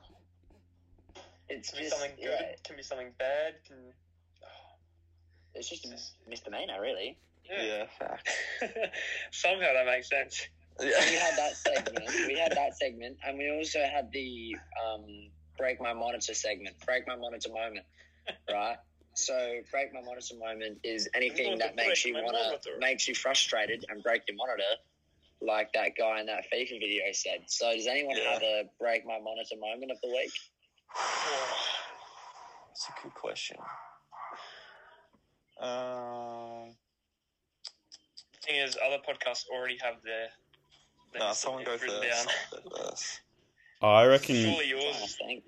It's can be just something good. yeah, Can be something bad. Can it's just a misdemeanor really. Yeah, fact. Somehow that makes sense. we had that segment. We had that segment, and we also had the um, break my monitor segment, break my monitor moment, right? So break my monitor moment is anything that makes you Break my wanna monitor. makes you frustrated and break your monitor, like that guy in that FIFA video said. So does anyone Yeah. have a break my monitor moment of the week? That's a good question. Um, thing is, other podcasts already have their. their no, someone go stuff first. written Someone go first. Oh, I reckon. Surely I yours. think.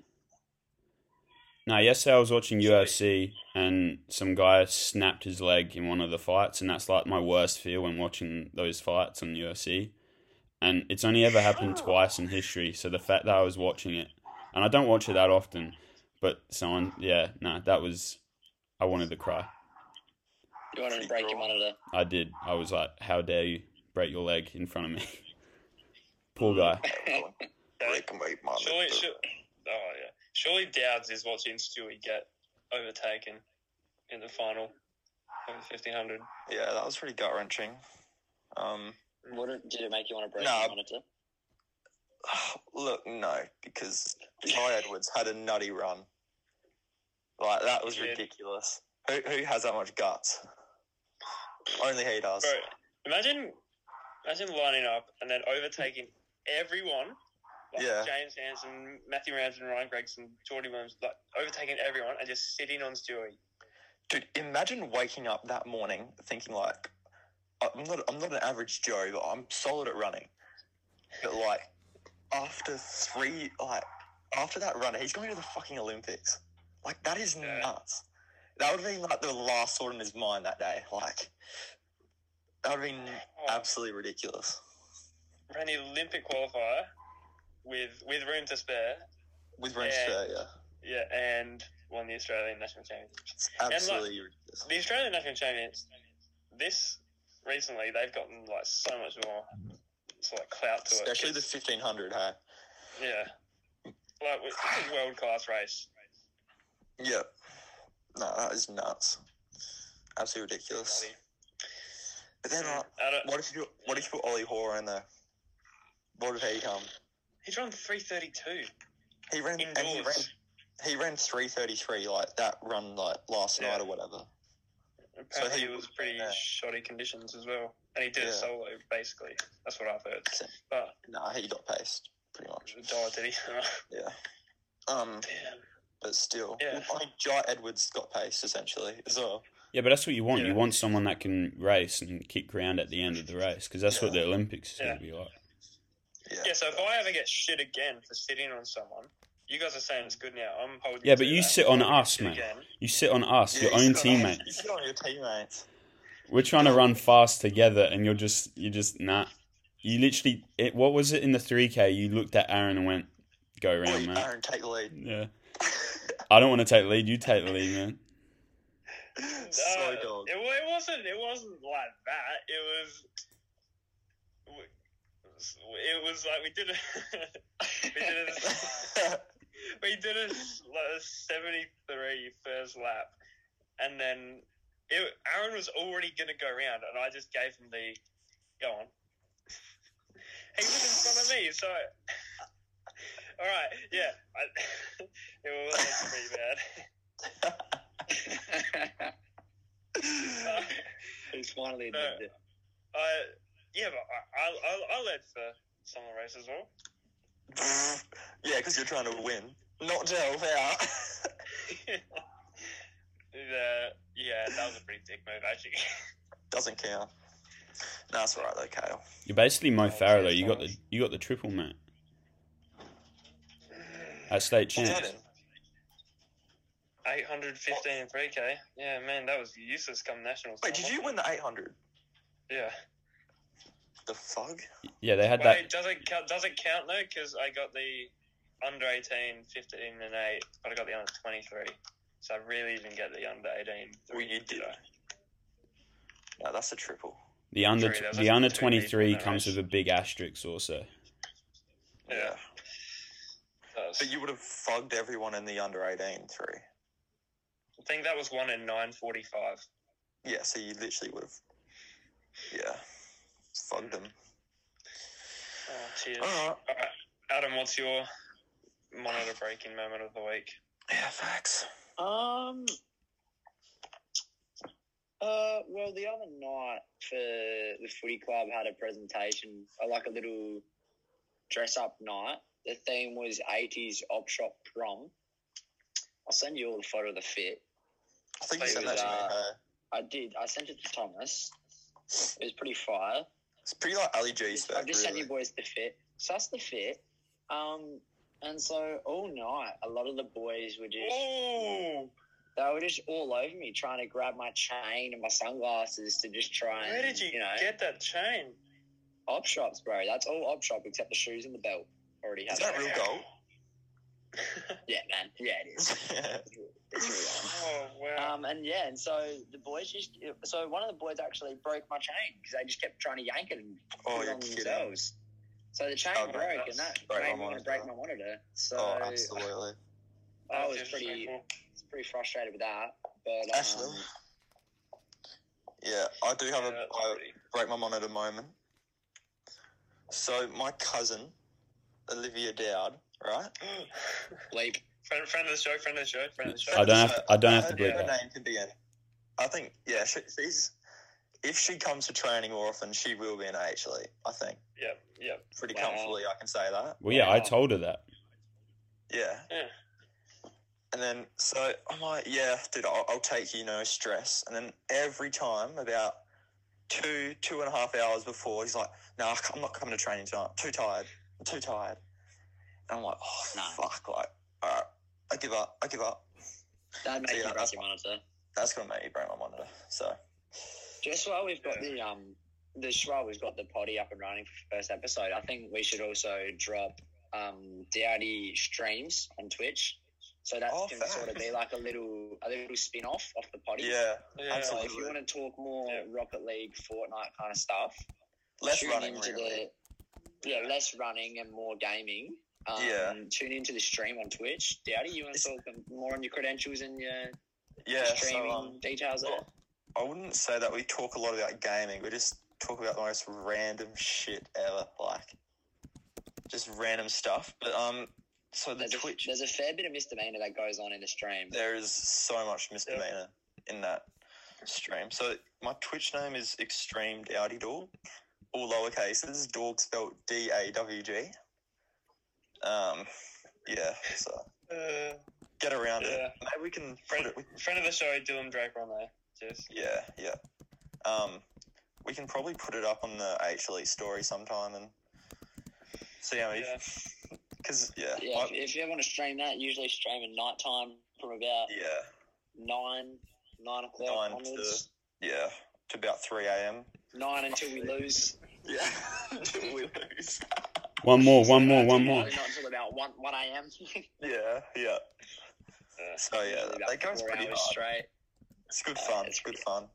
No, yesterday I was watching UFC and some guy snapped his leg in one of the fights, and that's like my worst fear when watching those fights on UFC. And it's only ever happened twice in history, so the fact that I was watching it, and I don't watch it that often, but someone, yeah, no, that was, I wanted to cry. You want to Pretty break your broad. monitor? I did. I was like, how dare you break your leg in front of me? Poor guy. Break my mind. Surely, surely, oh yeah. Surely Dowds is what's instantly get overtaken in the final of the fifteen hundred. Yeah, that was pretty gut wrenching. Um, What did, did it make you want to break No. your monitor? look, no, because Ty Edwards had a nutty run. Like that was He did. ridiculous. Who who has that much guts? Only he does. Bro, imagine, imagine lining up and then overtaking everyone. Like Yeah. James Hansen, Matthew Ramsden, Ryan Gregson, Jordy Williams, like overtaking everyone and just sitting on Stewie. Dude, imagine waking up that morning thinking like, I'm not I'm not an average Joe, but I'm solid at running. But like, after three like after that run, he's going to the fucking Olympics. Like that is Yeah. nuts. That would have been like the last thought in his mind that day. Like, that would have been Oh, absolutely ridiculous. Ran the Olympic qualifier with with room to spare. With Renfrew, Yeah. yeah. Yeah, and won the Australian national championship. It's absolutely ridiculous. The Australian national champions this recently they've gotten like so much more sort of clout to Especially it. the 1500, hey? yeah, like it's a world class race. Yeah. No, that is nuts. Absolutely ridiculous. Bloody. But then, like, I don't, what if you what if you put Ollie Hoare in there? What did he come? He's run three thirty two He ran and he ran indoors. he ran three thirty three like that run like last Yeah. night or whatever. Apparently, he it was was pretty there. shoddy conditions as well, and he did Yeah. it solo basically. That's what I've heard. So- But Nah, he got paced pretty much. oh, did he? Yeah. Um, Damn. but still, Yeah. I mean, Jai Edwards got paced essentially as well. Yeah, but that's what you want. Yeah. You want someone that can race and kick ground at the end of the race, because that's what Yeah. the Olympics is going Yeah. to be like. Yeah. yeah. So if I ever get shit again for sitting on someone, you guys are saying it's good now. I'm holding. Yeah, to but you that. sit on If I get us, shit mate. again- You sit on us, Yeah, your you own sit on- teammate. You sit on your teammates. We're trying to run fast together, and you're just you're just nah. You literally, it, what was it in the three k? You looked at Aaron and went, "Go round, Wait, man." Aaron, take the lead. Yeah, I don't want to take the lead. You take the lead, man. so No, dog. It, wa- it wasn't. It wasn't like that. It was. It was like we did a we did a we did a, s- like a 73 first lap, and then it, Aaron was already gonna go round, and I just gave him the go on. he was in front of me, so all right, yeah, I, it was pretty bad. He's finally No. admitted it. I Uh, yeah, but I I, I, I led for some of the uh, race as well. yeah, because you're trying to win, not delve out. the, yeah, that was a pretty dick move actually. Doesn't count. No, that's all right though, Kale. You're basically Mo Oh, Farah though. cheers, You got the fellas. you got the triple, mate. At state What's champs. that in? Eight hundred fifteen and three k. Yeah, man, that was useless come nationals. Wait, did you win the 800? Yeah. The fuck? Yeah, they had that. Wait, does it count? Does it count though? Because I got the under 18, 15 and eight, but I got the under twenty three. So I really didn't get the under eighteen. Well, you did. I? No, that's a triple. The under Sorry, that was the like under two twenty three people in that comes race. with a big asterisk also. Yeah. That was- But you would have fugged everyone in the under 18 three. I think that was one in nine forty five. Yeah, so you literally would have. Yeah. Fugged them. Oh, cheers. Alright. Alright, Adam, what's your monitor breaking moment of the week? Yeah, facts. Um. Uh, well, the other night for the footy club had a presentation, uh, like a little dress up night. The theme was 80s op shop prom. I'll send you all the photo of the fit. I think Play you said with, that to me. uh, hey? I did. I sent it to Thomas. It was pretty fire. It's pretty like Ali G's I've back, just sent really. you boys the fit. So that's the fit. Um, and so all night, a lot of the boys were just Ooh, they were just all over me, trying to grab my chain and my sunglasses to just try and where did you, Um, you know get that chain? op shops, bro. That's all op shop except the shoes and the belt. Already have Is that real gold? Yeah, man. Yeah, it is. It's real. Oh wow! Um, and yeah, and so the boys just, so one of the boys actually broke my chain because they just kept trying to yank it and oh, put it you're on kidding. themselves. So the chain Oh, no, broke, that's- and that break made my me want to monitor. break my monitor. So Oh, absolutely. That's I was pretty, disrespectful. pretty frustrated with that. But Ashley? um, Yeah, I do have Yeah, a that's I pretty- break my monitor moment. So my cousin, Olivia Dowd, right? bleep. friend, friend of the show, friend of the show, friend of the show. I don't have to, I don't have to Her- bleep her that. name can be in. I think yeah, she, she's if she comes to training more often, she will be an HLE. E, I think Yep, yep. pretty Wow. comfortably, I can say that. Well, yeah, I told her that. Yeah. Yeah. And then, so I'm like, yeah, dude, I'll, I'll take you, no stress. And then every time, about two, two and a half hours before, he's like, no, I ca- I'm not coming to training tonight. I'm too tired. I'm too tired. And I'm like, oh, No. fuck. Like, all right, I give up. I give up. That So, made yeah, me break that's- your monitor. That's going to make me break my monitor. So, Just while we've got the um, the just while we've got the potty up and running for the first episode, I think we should also drop um Dowdy streams on Twitch. So that Oh, can fair. sort of be like a little a little spin off off the potty. yeah, Yeah. So Absolutely. if you want to talk more Yeah. Rocket League, Fortnite kind of stuff, less tune running, into really. the yeah less running and more gaming. Um, Yeah. Tune into the stream on Twitch. Dowdy, you want to It's- talk more on your credentials and your Yeah, streaming so um, details? There? I wouldn't say that we talk a lot about gaming. We just talk about the most random shit ever, like just random stuff. But um, so the There's, a, Twitch, there's a fair bit of misdemeanor that goes on in the stream. there is so much misdemeanor in that stream. So my Twitch name is Extreme Dowdy Dog, all lowercases. Dog spelled D A W G. Um, yeah. So Uh, get around it. Yeah. Maybe we can put friend, it. We friend of the show, Dylan Draper on there. Cheers. Yeah, yeah. Um, we can probably put it up on the HLE story sometime and see how many. Yeah. Because yeah, Yeah, I- if, if you ever want to stream that, usually stream at night time from about yeah, nine, nine o'clock Nine to- onwards. yeah. To about three a.m. Nine until we lose. Yeah, until we lose. One more, Oh, one more, one more. Probably Not until about one one a.m. Yeah, yeah. Uh, So Oh, yeah, that, About that goes four pretty hard. hours straight. It's good Uh, fun. it's It's good pretty- fun.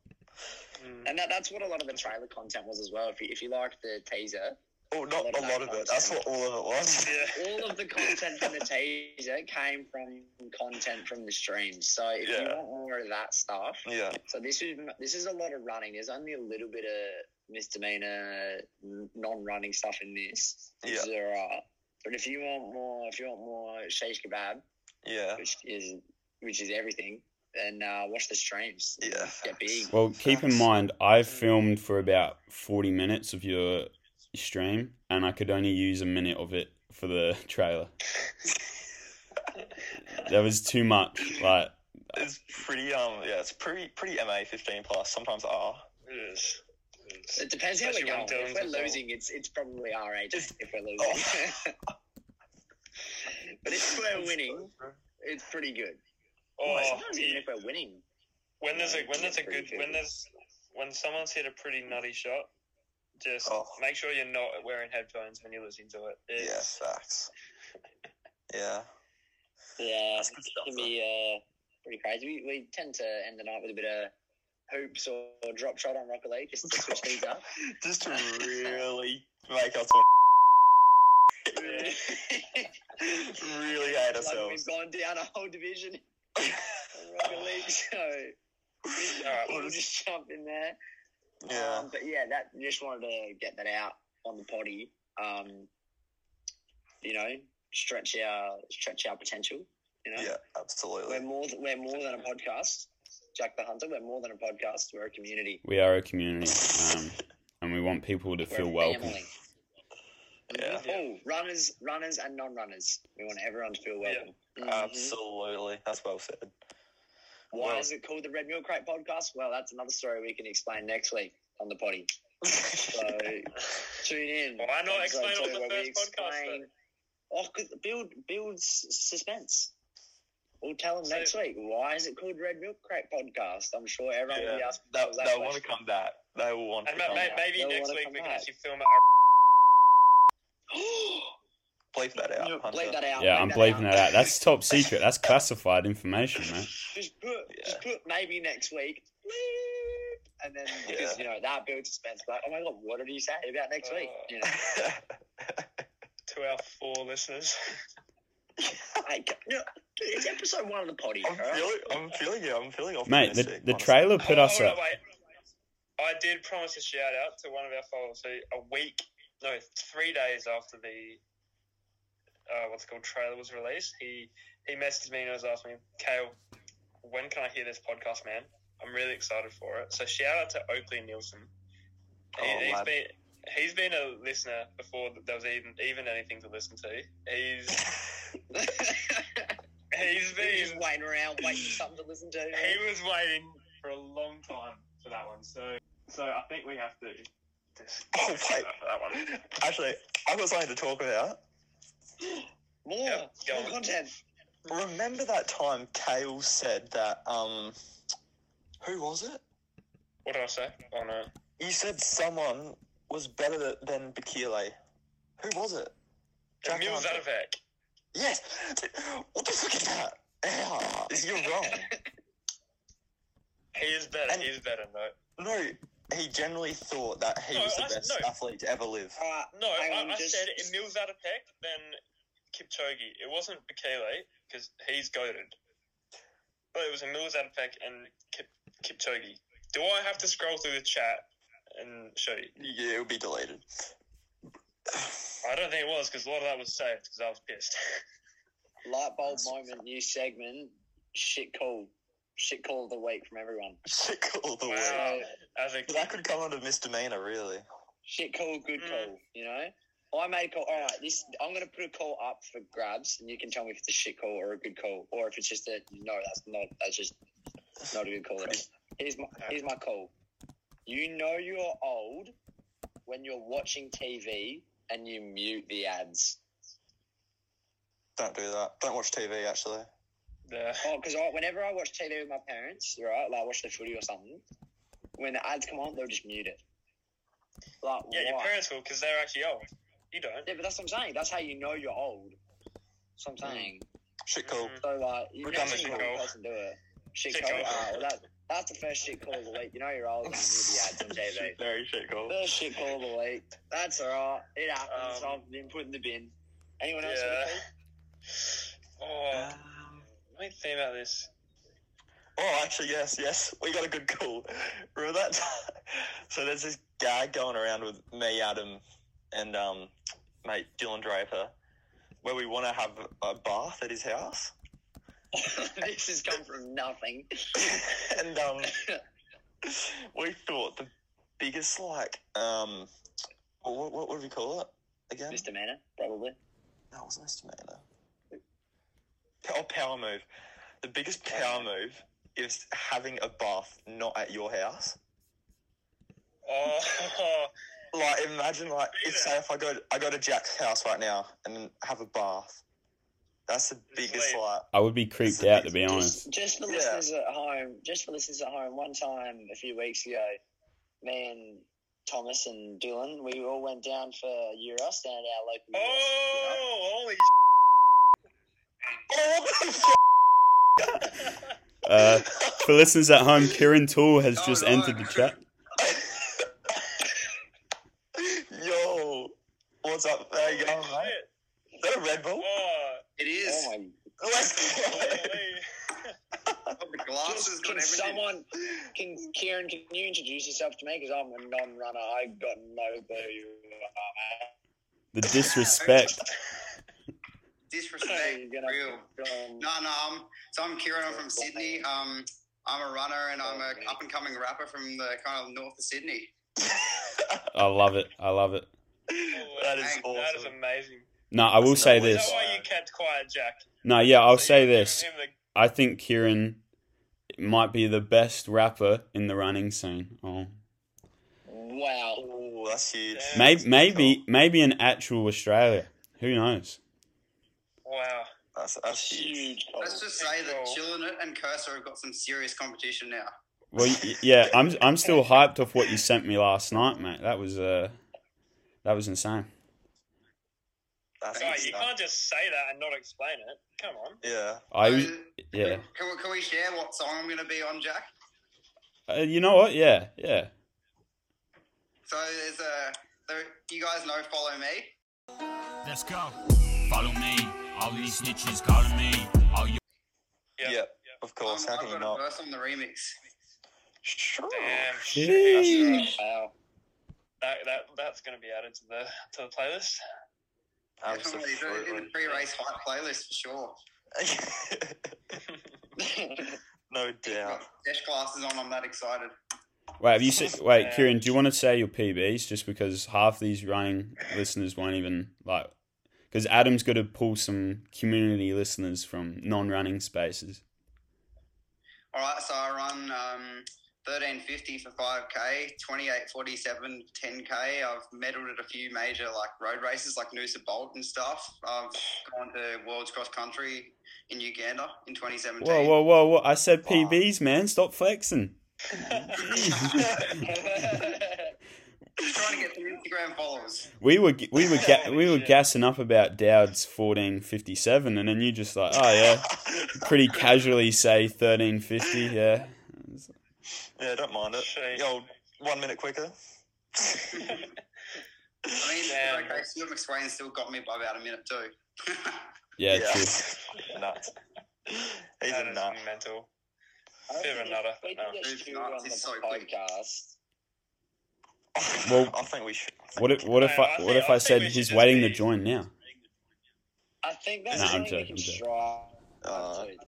Mm. And that, that's what a lot of the trailer content was as well. If you, if you liked the teaser, Oh, not lot of a lot that of it. That's content. what all of it was. Yeah. all of the content from the teaser came from content from the stream. So if you Yeah. want more of that stuff, Yeah, So this is this is a lot of running. There's only a little bit of misdemeanor, n- non-running stuff in this. This Yeah. is alright. But if you want more, if you want more shish kebab, yeah, which is which is everything, then uh, watch the streams. yeah. Get big. Well, keep in Facts. mind, I filmed for about 40 minutes of your stream, and I could only use a minute of it for the trailer. That was too much. Like, It's pretty um. Yeah, it's pretty pretty MA fifteen plus. Sometimes R. It is. It is. It depends how we're Especially going. when If Dylan's we're involved. losing, it's it's probably our age. It's- If we're losing, but if we're winning, it's pretty good. Oh, Sometimes even yeah. if we're winning, when there's a when there's a Pretty good when good. there's when someone's hit a pretty nutty shot, just Oh. make sure you're not wearing headphones when you're listening to it. Yeah, It's- facts. Yeah. Yeah, That's good stuff, it can be uh, pretty crazy. We, we tend to end the night with a bit of hoops or, or drop shot on Rocket League just to switch things up. Just to really make us all Yeah. really hate like ourselves. we've gone down a whole division in Rocket League, so Alright, we'll just jump in there. Yeah. Um, but yeah, that just wanted to get that out on the potty. Um, you know, stretch our stretch our potential. You know, Yeah, we're absolutely. more th- we're more than a podcast. Jack the Hunter, we're more than a podcast. We're a community. we are a community, um, and we want people to feel We're a welcome. family. Yeah. Oh, runners, runners, Mm-hmm. and non-runners. We want everyone to feel welcome. Mhm. Absolutely. That's well said. Why Uh, Well- is it called the Red Mill Crate Podcast? Well, that's another story we can explain next week on the potty. So tune in. Why not Episode explain it on two, the where we first podcast, explain- Oh, 'cause build builds suspense. We'll tell them So- next week. Why is it called Red Milk Crate Podcast? I'm sure everyone will be Yeah. asking. They, themselves that they'll want to question. come back. They will want to And come ma- back. ma- maybe They'll next wanna week come we can back. actually film Bleep that out, Hunter. Bleep that out. Yeah, bleep I'm that bleeping out. that out. That's top secret. That's classified information, man. Just put, just put maybe next week. Bleep. And then because you know that builds suspense. Like, oh my god, what did you say about next week? Uh. You know, to our four listeners. like, you know, it's episode one of the potty. I'm alright? feeling, I'm feeling it. I'm feeling Mate, optimistic. the, the honestly. trailer put Oh, us hold on, up. wait. I did promise a shout out to one of our followers. So a week, no, three days after the uh, what's it called trailer was released, he he messaged me and was asking me, "Kale, when can I hear this podcast, man? I'm really excited for it." So shout out to Oakley Nielsen. Oh, He, he's lad. been he's been a listener before there was even even anything to listen to. He's he's You're been just waiting around, waiting for something to listen to. he was waiting for a long time for that one. So, so I think we have to. Just Oh, wait. for that one. Actually, I've got something to talk about. More, Yeah, go more on. content. Remember that time Kale said that, um, who was it? What did I say? Oh no. You said someone was better th- than Bakile. Who was it? Jack Emil Hunter. Zadovec. Yes! What the fuck is that? Yeah, you're wrong. He is better. And- he is better. No, No, he generally thought that he No, was the I- best no. athlete to ever live. All right, no. Hang I, on, I just- said Emil Zadovec, then Kipchoge. It wasn't Bekele because he's goaded. But it was Emil Zadovec and Kip, Kipchoge. Do I have to scroll through the chat and show you? Yeah, it would be deleted. I don't think it was because a lot of that was saved because I was pissed. light bulb moment, new segment, shit call, shit call of the week from everyone. Shit call of the week. Wow. So, As a But that could come under misdemeanor, really. shit call, good Mm. call. You know, I made a call. All right, this I'm gonna put a call up for grabs, and you can tell me if it's a shit call or a good call, or if it's just a no. That's not. That's just not a good call. at all. Here's my here's my call. You know you're old when you're watching TV and you mute the ads. Don't do that. Don't watch TV, actually. yeah. Oh, because I, whenever I watch TV with my parents, right, like I watch the footy or something, when the ads come on, they'll just mute it. Like, yeah, your why? parents will because they're actually old. You don't. Yeah, but that's what I'm saying. That's how you know you're old. That's what I'm Mm. saying. Shit call. Mm. So, like, you We're know, done with you know shit call. person do it. Shit Shit call. call. alright, well, that, that's the first shit call of the week. You know you're old when you mute the ads on TV. Very shit call. First shit call of the week. That's all right. It happens. Um, I've been put in the bin. Anyone else? Yeah. want to Oh, Um, let me think about this. Oh, actually, yes, yes. We got a good call. Remember that? so there's this gag going around with me, Adam, and um, mate Dylan Draper, where we want to have a bath at his house, speak? this has come from nothing. and um, we thought the biggest like um, what what would we call it again? Misdemeanor, probably. That was misdemeanor. Oh, power move. The biggest power move is having a bath not at your house. Oh, Like imagine like if say if I go I go to Jack's house right now and have a bath. That's the biggest late. like I would be creeped out to be honest. Just, just for Yeah. listeners at home, just for listeners at home, one time a few weeks ago, me and Thomas and Dylan, we all went down for Euros down at our local. Euros, oh, holy Oh what the f- Uh, for listeners at home, Kieran Tool Oh, has just entered the chat. Yo What's up? There you go, shit. mate. Is that a Red Bull? Oh, It you know? is. Oh my! Let's go. holy. the glasses Can got everything. someone, can Kieran, can you introduce yourself to me? Because I'm a non-runner. I got no clue who you are, The disrespect. mate. Disrespect. You're gonna- real. No, no. I'm, so I'm Kieran. I'm from Sydney. Um, I'm a runner and I'm a up and coming rapper from the kind of north of Sydney. I love it. I love it. That is Dang, awesome. That is amazing. No, I will That's say not what Is Yes. that this. why you kept quiet, Jack? No, yeah, I'll So say you were this. giving him I think Kieran might be the best rapper in the running scene. Oh. Wow. Ooh, that's huge. Yeah. Maybe, maybe, maybe an actual Australia. Who knows? Wow. That's, that's huge. Let's just say that Oh. Chillin' It and Cursor have got some serious competition now. Well, y- yeah, I'm I'm still hyped off what you sent me last night, mate. That was uh, that was insane. That's Guy, good you stuff. can't just say that and not explain it. Come on. Yeah. I So, was- yeah. Can we, can we share what song I'm going to be on, Jack? Uh, you know what? Yeah, yeah. So there's a. There, you guys know Follow Me. Let's go. Follow me. All these snitches calling me. All you Yep. Yep. Of course. Um, How can I've you got a not? verse on the remix. Sure. Damn. Oh, Jeez. Wow. That, that, that's going to be added to the to the playlist. Definitely, it's in the Absolutely. pre-race hype playlist for sure. no doubt. Dash glasses on. I'm that excited. Wait, have you se- wait, Yeah. Kieran? Do you want to say your PBs just because half these running listeners won't even like? Because Adam's got to pull some community listeners from non-running spaces. All right, so I run um, 1350 for 5k, 2847 10k. I've medaled at a few major like road races, like Noosa Bolt and stuff. I've gone to Worlds Cross Country in Uganda in 2017. Whoa, whoa, whoa, whoa! I said PBs, man. Stop flexing. Just trying to get some Instagram followers. We were g- we were ga- we were gassing up about Dowd's fourteen fifty seven, and then you just like, oh yeah, pretty casually say thirteen fifty, yeah. yeah, don't mind it. Jeez. Yo, one minute quicker. I mean, Damn. okay, Stuart McSwain still got me by about a minute too. Yeah, true. nuts. He's That a is nut. mental. I Bit of a reckon nutter. if we No. did this It's dude on nuts, the it's so quick. podcast. Well- I think we should. What if what if I what if I said he's waiting to join now? I think that's Nah, I'm something we joking, I'm can joking. strive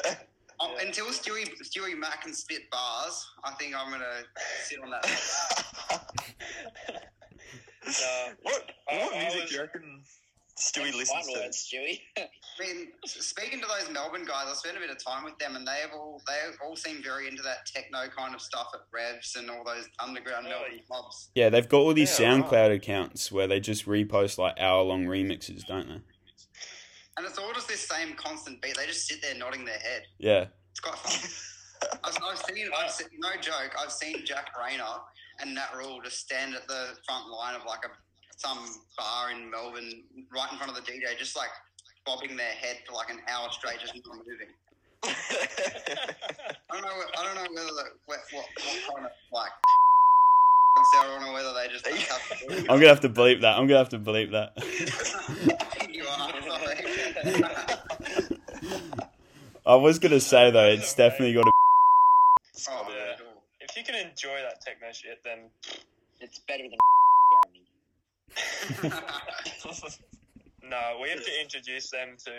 Uh, to. Um, Until Stewie Stewie Mac can spit bars, I think I'm gonna sit on that. No. what I- what I music was- do you reckon Stewie Uh, That's listens one to? word, Stewie. I mean, speaking to those Melbourne guys, I spent a bit of time with them, and they have all they all seem very into that techno kind of stuff at Revs and all those underground Really? Melbourne clubs. Yeah, they've got all these Yeah, right. SoundCloud accounts where they just repost like hour long remixes, don't they? And it's all just this same constant beat. They just sit there nodding their head. Yeah. It's quite fun. I've, I've seen, I've seen, no joke, I've seen Jack Rayner and Nat Rule just stand at the front line of like a some bar in Melbourne, right in front of the DJ, just like bobbing their head for like an hour straight, just not moving. I don't know. I don't know whether that, what, what what kind of like. I don't know whether they just. I'm gonna have to bleep that. I'm gonna have to bleep that. you are. Sorry. I was gonna say though, it's definitely got to. oh, Yeah. If you can enjoy that techno shit, then It's better than Jeremy. no, we have to introduce them to.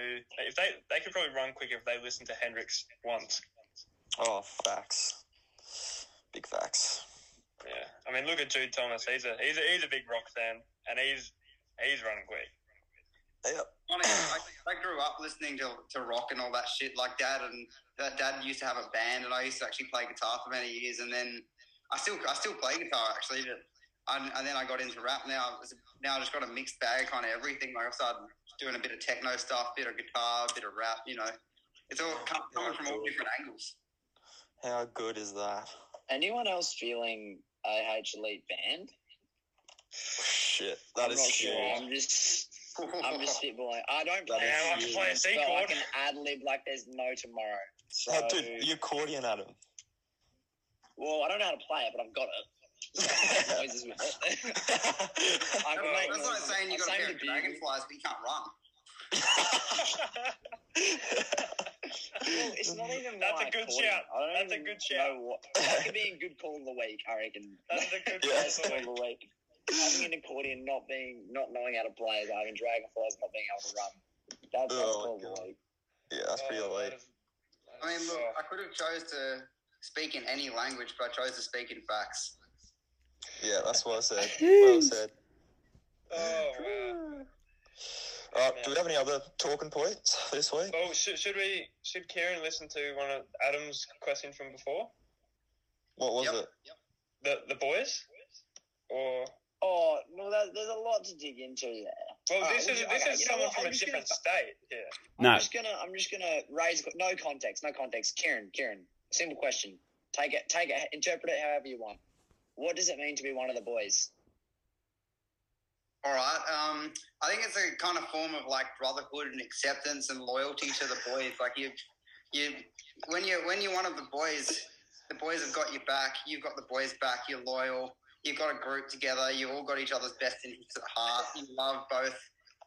If they they could probably run quicker if they listened to Hendrix once. oh, facts. Big facts. Yeah, I mean, look at Jude Thomas. He's a he's a, he's a big rock fan, and he's he's running quick. Honestly, I, I grew up listening to, to rock and all that shit like dad and that dad used to have a band and I used to actually play guitar for many years and then I still I still play guitar actually but I, and then I got into rap now It's- now I just got a mixed bag kind of everything like I started doing a bit of techno stuff bit of guitar bit of rap you know it's Oh, all com- coming from all different angles How good is that? Anyone else feeling IH Elite banned? Shit, E that I'm is not huge. sure. I'm just, I'm just spitballing. I don't play. is an huge. instrument, Play a C E but I chord. can ad lib like there's no tomorrow. So, Oh, dude, you accordion at him. well, I don't know how to play it, but I've got it. So I can make noises with it. I can make that's like noises. saying you got a Same pair to of Bugle. dragonflies but you can't run Well, it's not even That's a my good calling. shout. I don't That's a even good know shout. What, that could be a good call of the week, I reckon. That's a good Yeah. Best call of the week. Having an accordion, not being, not knowing how to play, is having dragonflies, not being able to run. That's Oh, best call of God. the week. yeah, that's pretty Oh, late. that is- that I is, mean look uh, I could have chose to speak in any language but I chose to speak in facts Yeah, that's what I said. Well said. Oh wow. Uh, do we have any other talking points this week? Oh, should, should we? Should Kieran listen to one of Adam's question from before? What was Yep. it? The the boys, or Oh no, that, there's a lot to dig into there. well, Oh, this would is you- this okay, is you know someone what, from I'm a just gonna- different state. Yeah. No. I'm just gonna I'm just gonna raise no context, no context. Kieran, Kieran, simple question. Take it, take it, interpret it however you want. What does it mean to be one of the boys? All right. Um, I think it's a kind of form of like brotherhood and acceptance and loyalty to the boys. Like you, you, when you when you're one of the boys, the boys have got your back. You've got the boys' back. You're loyal. You've got a group together. You've all got each other's best interests at heart. You love both.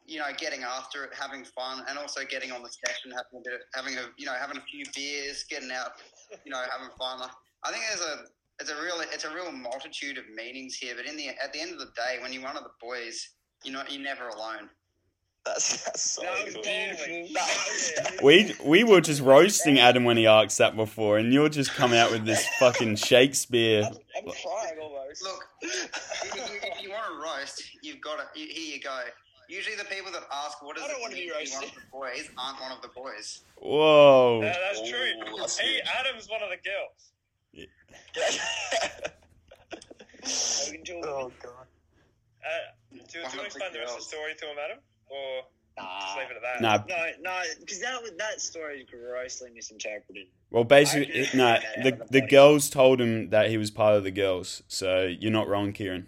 You know, getting after it, having fun, and also getting on the session, having a bit, of, having a you know, having a few beers, getting out, you know, having fun. I think there's a it's a real it's a real multitude of meanings here. But in the at the end of the day, when you're one of the boys, you're not you're never alone. That's, that's so That was good. beautiful. We we were just roasting Adam when he asked that before, and you're just coming out with this fucking Shakespeare. I'm crying almost. Look, if you, if you want to roast, you've got it. you- Here you go. Usually, the people that ask what does I don't it want to mean be be one of roasted. the boys aren't one of the boys. Whoa! Yeah, that's Ooh, that's true. He huge. Adam's one of the girls. Spoken to a woman. oh god. Uh, do, do you One want to of the explain the rest of the girls. story to him, Adam, or just Nah. leave it at that? Nah, No, no, because that was- that story is grossly misinterpreted. well, basically, it- nah. The the girls told him that he was part of the girls, so you're not wrong, Kieran.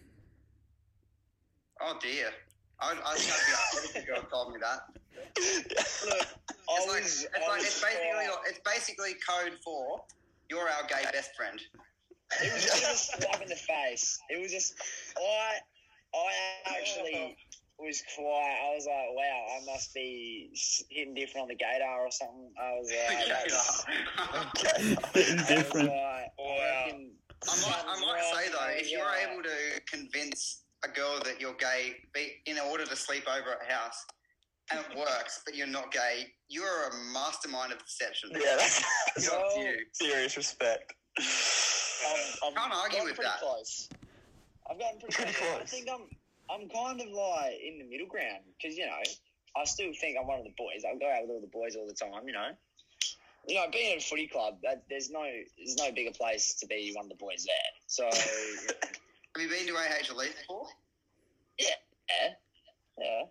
Oh dear. I, I think I'd be upset if the girl told me that. Look, I It's like, was- it's, I like, was it's basically crying. it's basically code for you're our gay best friend. It was just a slap in the face. It was just I I actually was quiet. I was like, wow, I must be s- hitting different on the gator or something. I was like, that's- Different. I Wow. was like, I reckon I might, I something's might say wrong. though, if you're Yeah. able to convince a girl that you're gay be, in order to sleep over at house, and it works, but you're not gay, you're a mastermind of deception. Yeah, that's It's up to Well, you. serious respect. I've- I've Can't argue gotten with pretty that. Close. I've gotten pretty, Pretty close. I close. think I'm I'm kind of like in the middle ground because you know I still think I'm one of the boys. I go out with all the boys all the time. You know, you know, being at a footy club, that, there's no there's no bigger place to be one of the boys there. So Have you been to AHLE E before? yeah, yeah.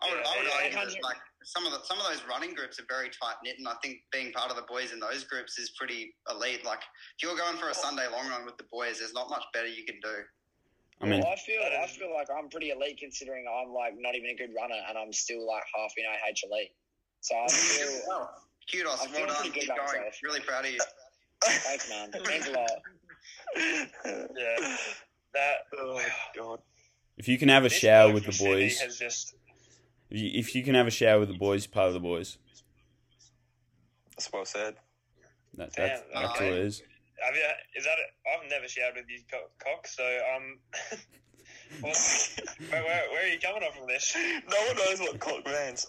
I would, Yeah, I would yeah, argue yeah. that like some of the some of those running groups are very tight knit, and I think being part of the boys in those groups is pretty elite. Like if you're going for a Sunday long run with the boys, there's not much better you can do. I mean, well, I feel I feel like I'm pretty elite considering I'm like not even a good runner and I'm still like half in AHLE. E. So I feel Kudos, I feel well done, pretty good keep about going. myself. Really proud of you. thanks, man. It means a lot. Yeah. That Oh god. if you can have a this shower bloke with from the Sydney boys, Has just if you, if you can have a shower with the boys, you're part of the boys. That's well said. That, that's Damn, that's all it is. I mean, uh, is that it? I've never showered with you, co- cock. So, um, well, where, where, where are you coming off from this? No one knows what cock means.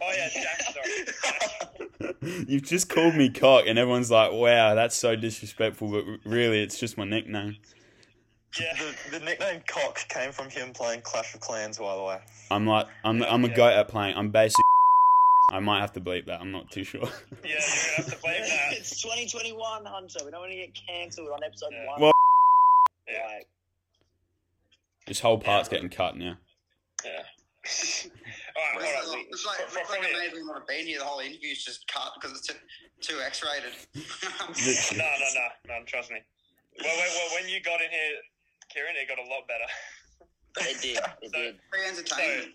Oh yeah, Jack. Sorry. You've just called me cock, and everyone's like, "Wow, that's so disrespectful." But r- really, it's just my nickname. Yeah. the, the nickname cock came from him playing Clash of Clans, by the way. I'm like, I'm, I'm a Yeah. goat at playing. I'm basic. I might have to bleep that. I'm not too sure. Yeah, you're gonna have to blame that. it's 2021, Hunter. We don't want to get cancelled on episode Yeah. one. Well- Yeah. Like, This whole part's getting cut now. All right, It's all like, right. it's like, From- it's from like here. amazing not have been here. The whole interview's just cut because it's too, too X rated. Literally. No, no, no, no. Trust me. Well, well, well, when you got in here, Kieran, it got a lot better. it did. It did. Very entertaining.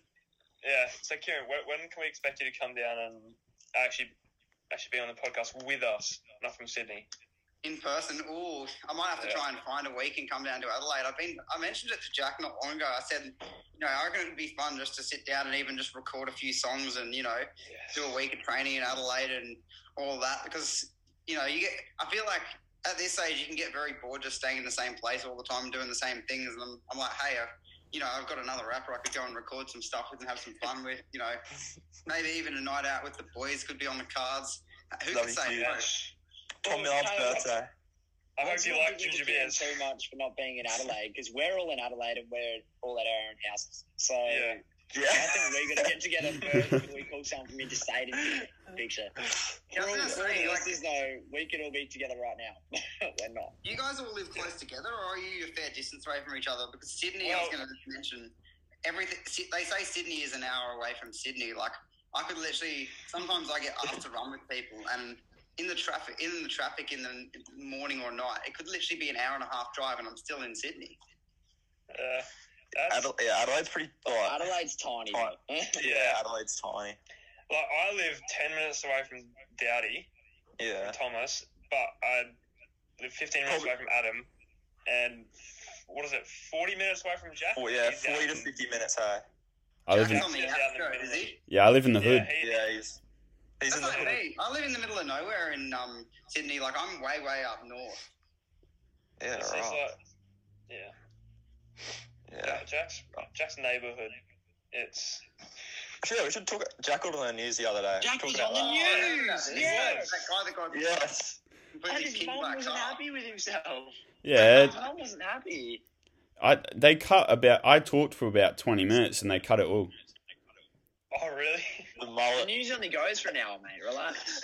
Yeah. So, Kieran, when, when can we expect you to come down and actually actually be on the podcast with us, not from Sydney? In person, ooh, I might have to Yeah. try and find a week and come down to Adelaide. I've been, I mentioned it to Jack not long ago. I said, you know, I reckon it would be fun just to sit down and even just record a few songs and you know do a week of training in Adelaide and all that because you know you get. I feel like at this age you can get very bored just staying in the same place all the time doing the same things. And I'm, I'm like, hey, I, you know, I've got another rapper I could go and record some stuff with and have some fun with. You know, maybe even a night out with the boys could be on the cards. Who That'd could be say huge. no? Tom Millard's birthday. I hope Let's you like not give it to ginger Kieran beers. too much for not being in Adelaide because we're all in Adelaide and we're all at our own houses. So Yeah. I Yeah. think we're gonna get together first and we call something into state and picture. Yeah, I was gonna say, like, this is no, we could all be together right now. we're not. you guys all live close together, or are you a fair distance away from each other? Because Sydney, I was Well- going to mention everything. Sy- They say Sydney is an hour away from Sydney. Like I could literally sometimes I get asked to run with people, and in the traffic, in the traffic in the morning or night, it could literally be an hour and a half drive, and I'm still in Sydney. Uh, that's, Adela- yeah, Adelaide's pretty. Like, Adelaide's tiny. Alright. mate. yeah, yeah. Adelaide's tiny. Like, I live 10 minutes away from Dowdy, Yeah. Thomas, but I live 15 minutes Probably- away from Adam, and what is it, 40 minutes away from Jack? Well, yeah, He's out forty to in- fifty minutes. eh? Hey. I live in Jack's on the Yeah, down the outskirts, is middle. he? yeah, I live in the Yeah, hood. he, Yeah, he's he's That's in the like hood. me. I live in the middle of nowhere in um, Sydney. Like I'm way, way up north. Yeah, it's, it's right. like, yeah. Yeah. Jack's Jack's neighborhood. It's Actually, yeah, we should talk. Jack got on the news the other day. Jack Talk was about on the that. Oh, I news. heard about this. yes. That guy that got Yes. And completely his kicked mum back wasn't up. happy with himself. Yeah, His mum wasn't happy. I they cut about. I talked for about twenty minutes and they cut it all. oh really? The The mullet. news only goes for an hour, mate. Relax.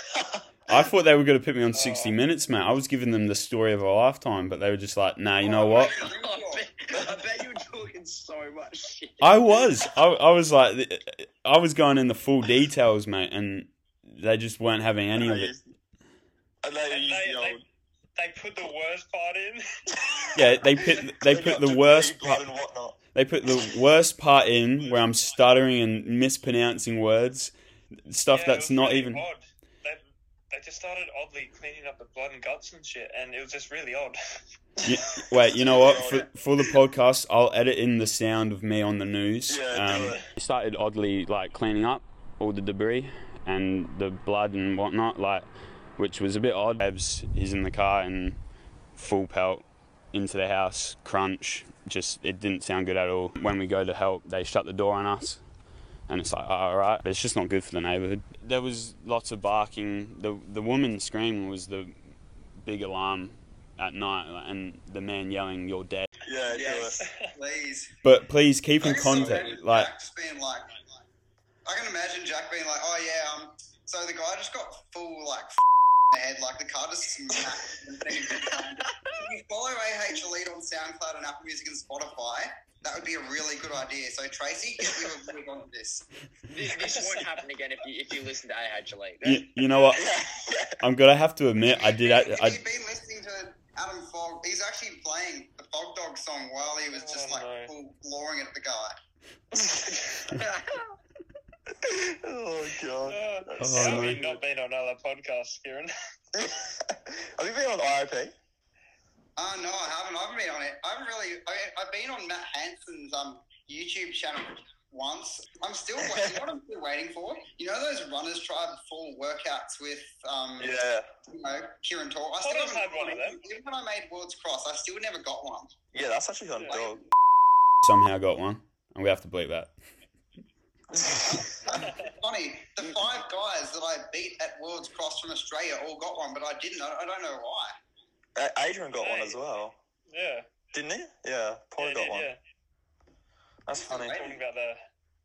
I thought they were going to put me on sixty minutes, mate. I was giving them the story of a lifetime, but they were just like, "Nah, you Oh know what? I bet, I bet you were talking so much shit. I was. I, I was like, I was going in the full details, mate, and they just weren't having any of it. I know you And used they, the they, old. they put the worst part in. Yeah, they put they put the Jack worst Blood part, and whatnot. they put the worst part in where I'm stuttering and mispronouncing words, stuff Yeah, it that's was not really even. odd. They, they just started oddly cleaning up the blood and guts and shit, and it was just really odd. You- wait, you know what? For, for the podcast, I'll edit in the sound of me on the news. Yeah, do it. started oddly like cleaning up all the debris and the blood and whatnot, like which was a bit odd. Abs, he's in the car and full pelt into the house, crunch. Just it didn't sound good at all. When we go to help, they shut the door on us. And it's like, oh, all right, but it's just not good for the neighbourhood. There was lots of barking. The the woman screaming was the big alarm at night, like, and the man yelling, "You're dead." Yeah, do it. Yes, please. But please keep in I can still contact, imagine like Jack just being like, I can imagine Jack being like, oh yeah, um, so the guy just got full like f- in the head, like the car just smacked. and things happened. if you follow AH Elite on SoundCloud and Apple Music and Spotify, that would be a really good idea. So Tracy, get you a move on to this. This, this won't happen again if you if you listen to AHLE. you, you know what? I'm gonna have to admit, I did. I, If I you've been listening to Adam Fogg, he's actually playing the Fog Dog song while he was just Oh, like no. full glowering at the guy. oh god. oh, That's Oh, How no. have you not been on other podcasts, Kieran? Have you been on IOP? Uh, no, I haven't. I haven't been on it. I haven't really. I mean, I've been on Matt Hansen's um, YouTube channel once. I'm still waiting. what I'm still waiting for, you know, those runners tribe full workouts with um, Yeah. you know, Kieran Tor. I still Potter's haven't had one of them. Even when I made World's Cross, I still never got one. Yeah, that's actually on dog. somehow got one. I'm gonna have to bleep that. Funny, the five guys that I beat at World's Cross from Australia all got one, but I didn't. I, I don't know why. A- Adrian got one as well, Yeah. didn't he? Yeah, Paul yeah, got yeah, one. yeah. That's funny. Talking about the.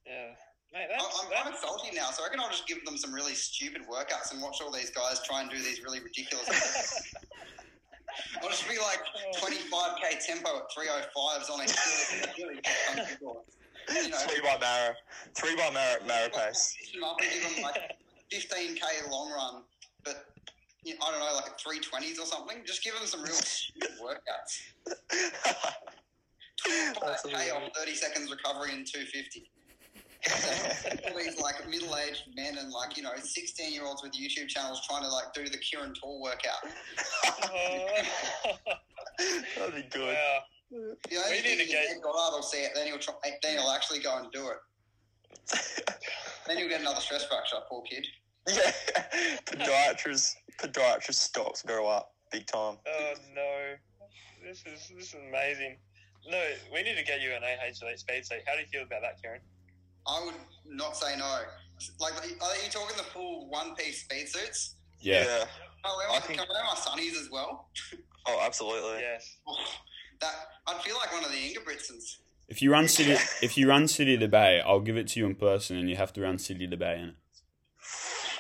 Yeah. Mate, I- that's, I'm, I'm that's- salty now, so I reckon I'll just give them some really stupid workouts and watch all these guys try and do these really ridiculous. I'll just be like Oh. 25k tempo at 305s on a hill. Really get some people, you know, Three by Mara. Three by Mara, Mara pace. position up and give them like 15k long run, but you know, I don't know, like at 320s or something. Just give them some real stupid workouts. That's 25k amazing. on 30 seconds recovery and 250. all these like middle-aged men and like you know 16-year-olds with YouTube channels trying to like do the Kieran Tall workout. Oh. That'd be good. wow. The only We thing need to is get- Ed Goddard will see it, then he'll try, then he'll actually go and do it. Then he'll get another stress fracture, poor kid. Yeah. Podiatrists, podiatrist stocks go up big time. Oh no, this is this is amazing. No, we need to get you an AHL E speed seat. How do you feel about that, Karen? I would not say no. Like, are you talking the full one-piece speed suits? Yeah. Oh, I I think- can I wear my sunnies as well? Oh, absolutely. Yes. Oh, that I'd feel like one of the Ingebrigtsens. If you run city, if you run city to bay, I'll give it to you in person, and you have to run city to bay in it.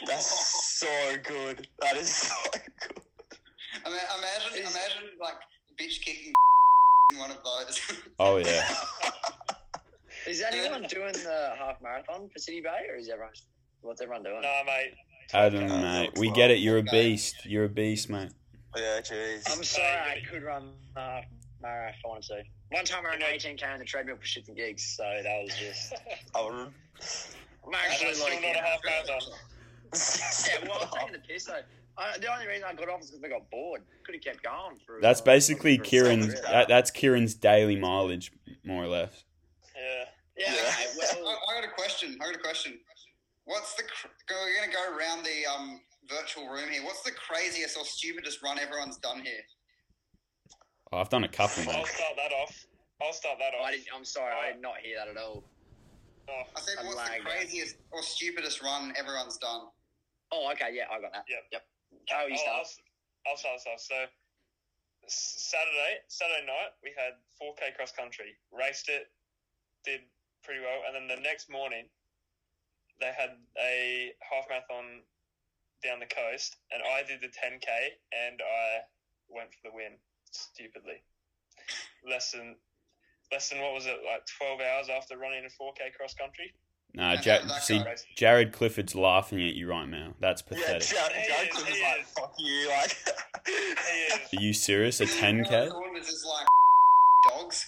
That's so good. That is so good. I mean, imagine, imagine like bitch kicking in one of those. Oh yeah, Is anyone doing the half marathon for City Bay, or is everyone what's everyone doing? Nah, mate. Adam, mate, we get it. You're a beast. You're a beast, mate. Yeah, jeez. I'm sorry, I could run the half marathon too. One time I ran 18k on the treadmill for shits and gigs, so that was just. I would. I'm actually That's still like, not a half marathon. yeah, well, I'm taking the piss though. I, the only reason I got off is because I got bored. Could have kept going. For, That's uh, basically for a Kieran's. solid- That, that's Kieran's daily mileage, more or less. Yeah. Yeah, okay, I, well, I got a question. I got a question. What's the? cr- go- We're gonna go around the um virtual room here. What's the craziest or stupidest run everyone's done here? Oh, I've done a couple, I'll mate. start that off. I'll start that off. I didn't, I'm sorry, I did not hear that at all. Oh, I said, I what's like the it. craziest or stupidest run everyone's done? Oh, okay, yeah, I got that. Yep. yep. Oh, Carol, you I'll, start. I'll, I'll start this off. So S- Saturday, Saturday night, we had 4K cross country. Raced it, did pretty well, and then the next morning, they had a half marathon down the coast, and I did the 10K, and I went for the win stupidly. Less than, less than what was it like 12 hours after running a 4K cross country? Nah, ja- see, Jared Clifford's laughing at you right now. That's Yeah, pathetic. Jack, He Jack is, was he like, is. fuck you, like. He is Are you serious? A 10k? Everyone was just like dogs.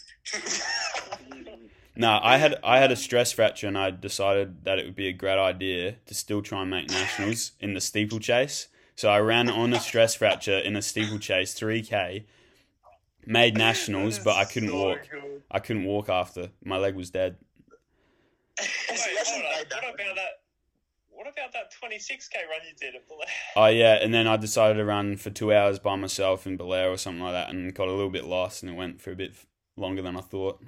No, I had I had a stress fracture, and I decided that it would be a great idea to still try and make nationals in the steeplechase. So I ran on a stress fracture in a steeplechase, three k, made nationals, but I couldn't So walk. good. I couldn't walk after my leg was dead. It's- Wait, that's hold on. made that What one. about that? What about that 26k run you did at the Oh yeah, and then I decided to run for two hours by myself in Belair or something like that, and got a little bit lost, and it went for a bit longer than I thought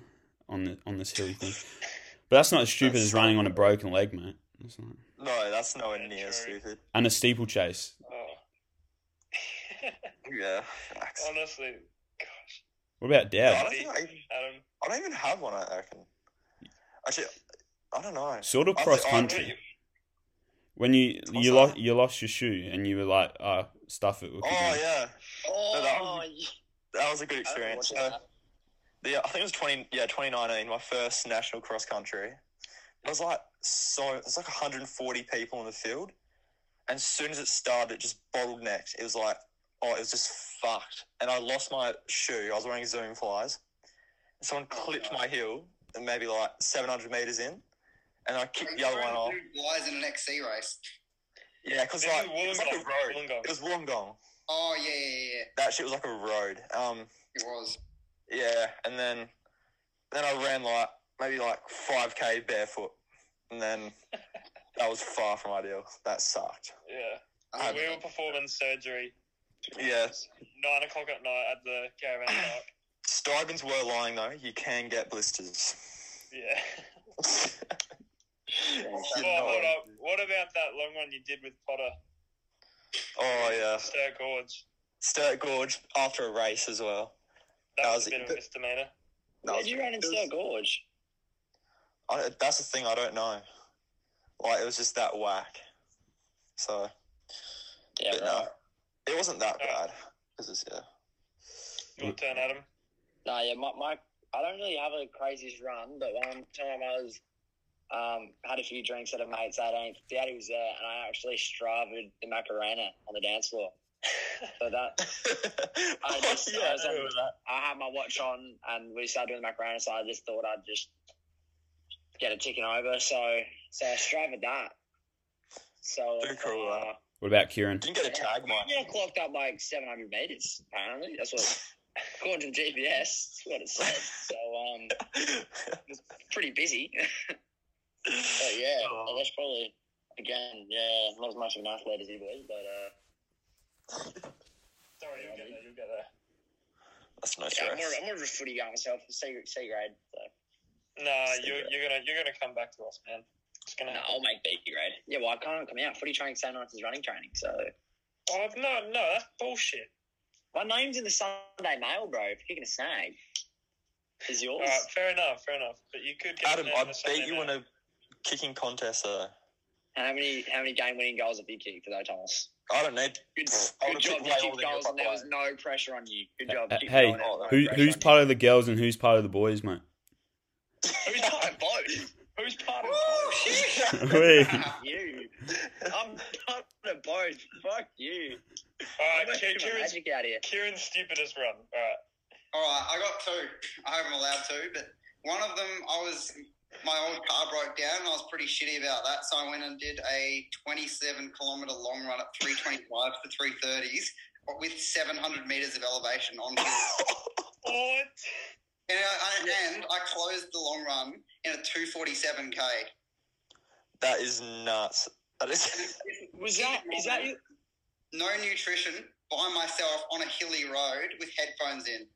on the on this hilly thing. But that's not as stupid That's as running on a broken leg, mate. That's not. No, that's nowhere near True. stupid. And a steeplechase. Oh. Yeah, facts. Honestly, gosh, What about Yeah, I Dad? don't think I, even- Adam. I don't even have one, I reckon. Actually, I don't know. Sort of I- I- cross What you, country. When you What's you that? lost you lost your shoe and you were like, oh, stuff it. we'll keep Oh, going." yeah. No, that Oh, was- yeah. That was a good I don't know what's experience. that. So, yeah, I think it was 20, yeah, 2019, my first national cross country. It was like so, it was like 140 people in the field. And as soon as it started, it just bottlenecked. It was like, oh, it was just fucked. And I lost my shoe. I was wearing Zoom flies. And someone clipped my heel, and maybe like 700 meters in. And I kicked the other one off. Lies in an XC race. Yeah, because This like, is it was like a Wollongong. road. Wollongong. It was Wollongong. Oh yeah, yeah, yeah. That shit was like a road. Um, It was. Yeah, and then then I ran like maybe like five k barefoot, and then that was far from ideal. That sucked. Yeah, I we don't were performing surgery. Yeah, Nine o'clock at night at the caravan park. Stuyvesants were lying though. You can get blisters. Yeah. You Oh, know. hold up. What about that long one you did with Potter? Oh yeah, Stir Gorge. Sturt Gorge after a race as well. That, That was, was- a bit of a misdemeanor. That Where was- did you run in it was- Snow Gorge? I, that's the thing I don't know. Like it was just that whack. So Yeah, but no, right. it wasn't that No. bad. 'Cause it's yeah. Your turn, Adam. No, yeah, my, my I don't really have a craziest run, but one time I was um had a few drinks at a mate's at and Daddy was there, and I actually stravaed the Macarena on the dance floor. so that I just- I was on- remember that. I had my watch on, and we started doing the Macarena, so I just thought I'd just get it ticking over. So so I stravaed that. So Very cool, uh, What about Kieran? Didn't get a tag, mate. yeah, I clocked up like seven hundred meters. Apparently, that's what according to GPS, that's what it said. So um. pretty busy. but yeah, Oh. that's probably again, yeah, not as much of an athlete as he was, but uh, Sorry, you'll get there. You'll get there. That's no yeah, I'm, stress. more, I'm more of a footy guy myself, C, C grade. So. Nah, you're, you're gonna you're gonna come back to us, man. It's gonna. No, happen. I'll make B grade. Yeah, well, I can't come out. Footy training same night as running training, so Oh no, no, that's bullshit. my name's in the Sunday Mail, bro. If you're gonna snag, is yours. All right, Uh, fair enough, fair enough. But you could get Adam, the name I of the beat Sunday you now. in a kicking contest, uh, though. How many how many game winning goals have you kicked though, Thomas? I don't need. Good, I good would've job. kicked You way more kicked than you, goals by and there the was way. no pressure on you. Good job. Uh, Keep hey, going, there was no Who, pressure who's on part of the girls and who's part of the boys, mate? you. Who's part of both? Who's part of Oh, both? Wait. Fuck you. I'm part of both. Fuck you. All I'm right, actually Ki- Kieran's, magic out here. Kieran's stupidest run. All right. All right, I got two. I hope I'm allowed two, but one of them, I was my old car broke down. And I was pretty shitty about that, so I went and did a 27 kilometer long run at 325 for 330s, but with 700 meters of elevation on. hill. What? and, I, I, and I closed the long run in a 247k. That is nuts. That is. Was that is that you? No nutrition by myself on a hilly road with headphones in.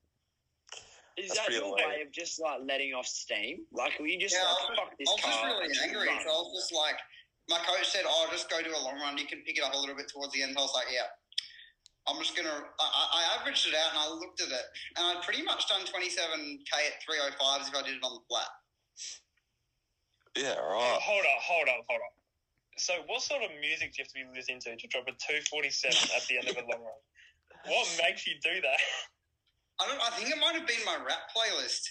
Is That's that pretty your lame. way of just like letting off steam? Like, were you just Yeah, I like, was- fuck this I was just car? really and just angry. run? So I was just like, my coach said, "Oh, just go do a long run. You can pick it up a little bit towards the end." I was like, "Yeah." I'm just gonna. I, I I averaged it out and I looked at it, and I'd pretty much done 27k at 305s if I did it on the flat. Yeah, Oh, right. hold on, hold on, hold on. So, what sort of music do you have to be listening to to drop a 247 at the end of a long run? What makes you do that? I don't. I think it might have been my rap playlist.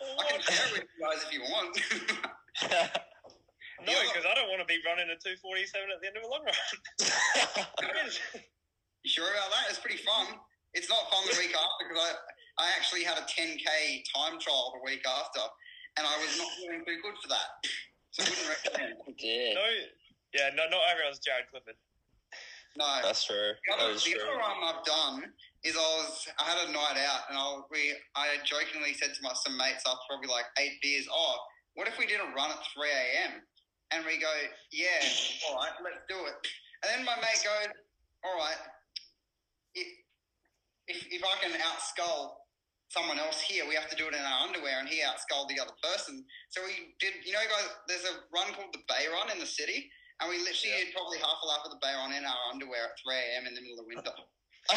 I can share it with you guys if you want. No, because I don't want to be running a 247 at the end of a long run. you sure about that? It's pretty fun. It's not fun the week after because I I actually had a 10k time trial the week after, and I was not doing too good for that. So I wouldn't recommend. Yeah. No, yeah, no, not everyone's Jared Clifford. No. That's true. the That other, is the true. other one I've done is I was I had a night out and I we I jokingly said to my some mates after probably like eight beers, oh, what if we did a run at three a.m. And we go, yeah, all right, let's do it. And then my mate goes, all right, if if, if I can outskull someone else here, we have to do it in our underwear, and he outsculled the other person. So we did, you know, guys, there's a run called the Bay Run in the city. And we literally Yeah. did probably half a lap of the bay on in our underwear at 3 a.m. in the middle of winter.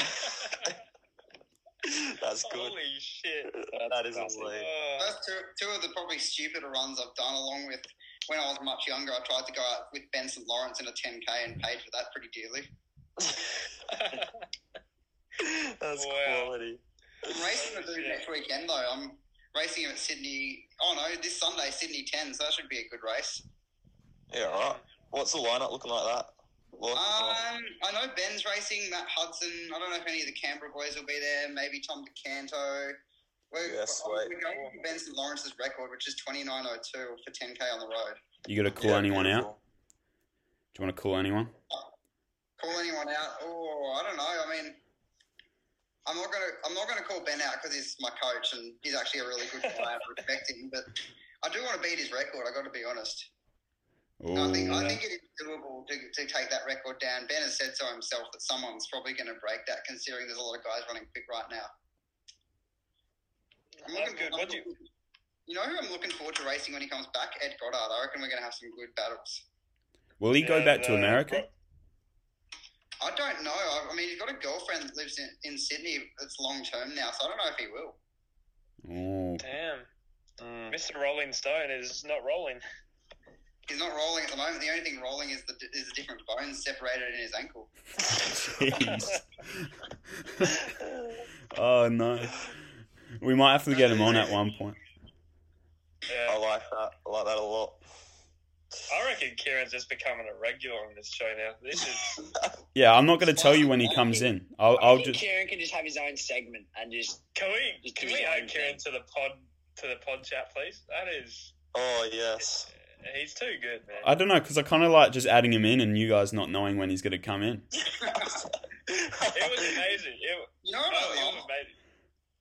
That's good. Holy shit. That is classic. elite. Uh, That's two, two of the probably stupider runs I've done, along with when I was much younger. I tried to go out with Benson Lawrence in a 10K and paid for that pretty dearly. That's Wow. quality. I'm racing the dude Yeah. next weekend, though. I'm racing him at Sydney. Oh, no, this Sunday, Sydney 10, so that should be a good race. Yeah, right. What's the lineup looking like that? Look, Uh, Um, I know Ben's racing, Matt Hudson. I don't know if any of the Canberra boys will be there. Maybe Tom DeCanto. We're, Yeah, sweet. we're going for Benson Lawrence's record, which is 29.02 for 10K on the road. You got to call yeah, anyone out? beautiful. Do you want to call anyone? call anyone out. Oh, I don't know. I mean, I'm not gonna I'm not gonna call Ben out because he's my coach and he's actually a really good guy. I respect him, but I do want to beat his record. I got to be honest. And I think I Ooh. think it is doable to, to take that record down. Ben has said so himself that someone's probably going to break that, considering there's a lot of guys running quick right now. I'm that's good. I'm What do you, looking- you know who I'm looking forward to racing when he comes back? Ed Goddard. I reckon we're going to have some good battles. Will he go Yeah, back to no, America? bro- I don't know. I, I mean, he's got a girlfriend that lives in, in Sydney that's long term now, so I don't know if he will. Ooh. Damn. Mm. Mr. Rolling Stone is not rolling. He's not rolling at the moment. The only thing rolling is the is the different bones separated in his ankle. Jeez. oh no. We might have to get him on at one point. Yeah. I like that. I like that a lot. I reckon Kieran's just becoming a regular on this show now. This is Yeah, I'm not going to tell you when he comes in. I'll, I I'll think just. Kieran can just have his own segment and just can we Just can do we his add own Kieran to thing. the pod to the pod chat, please? That is Oh yes. he's too good, man. I don't know because I kind of like just adding him in and you guys not knowing when he's going to come in. It was amazing. It, You know what oh, I it was love? amazing.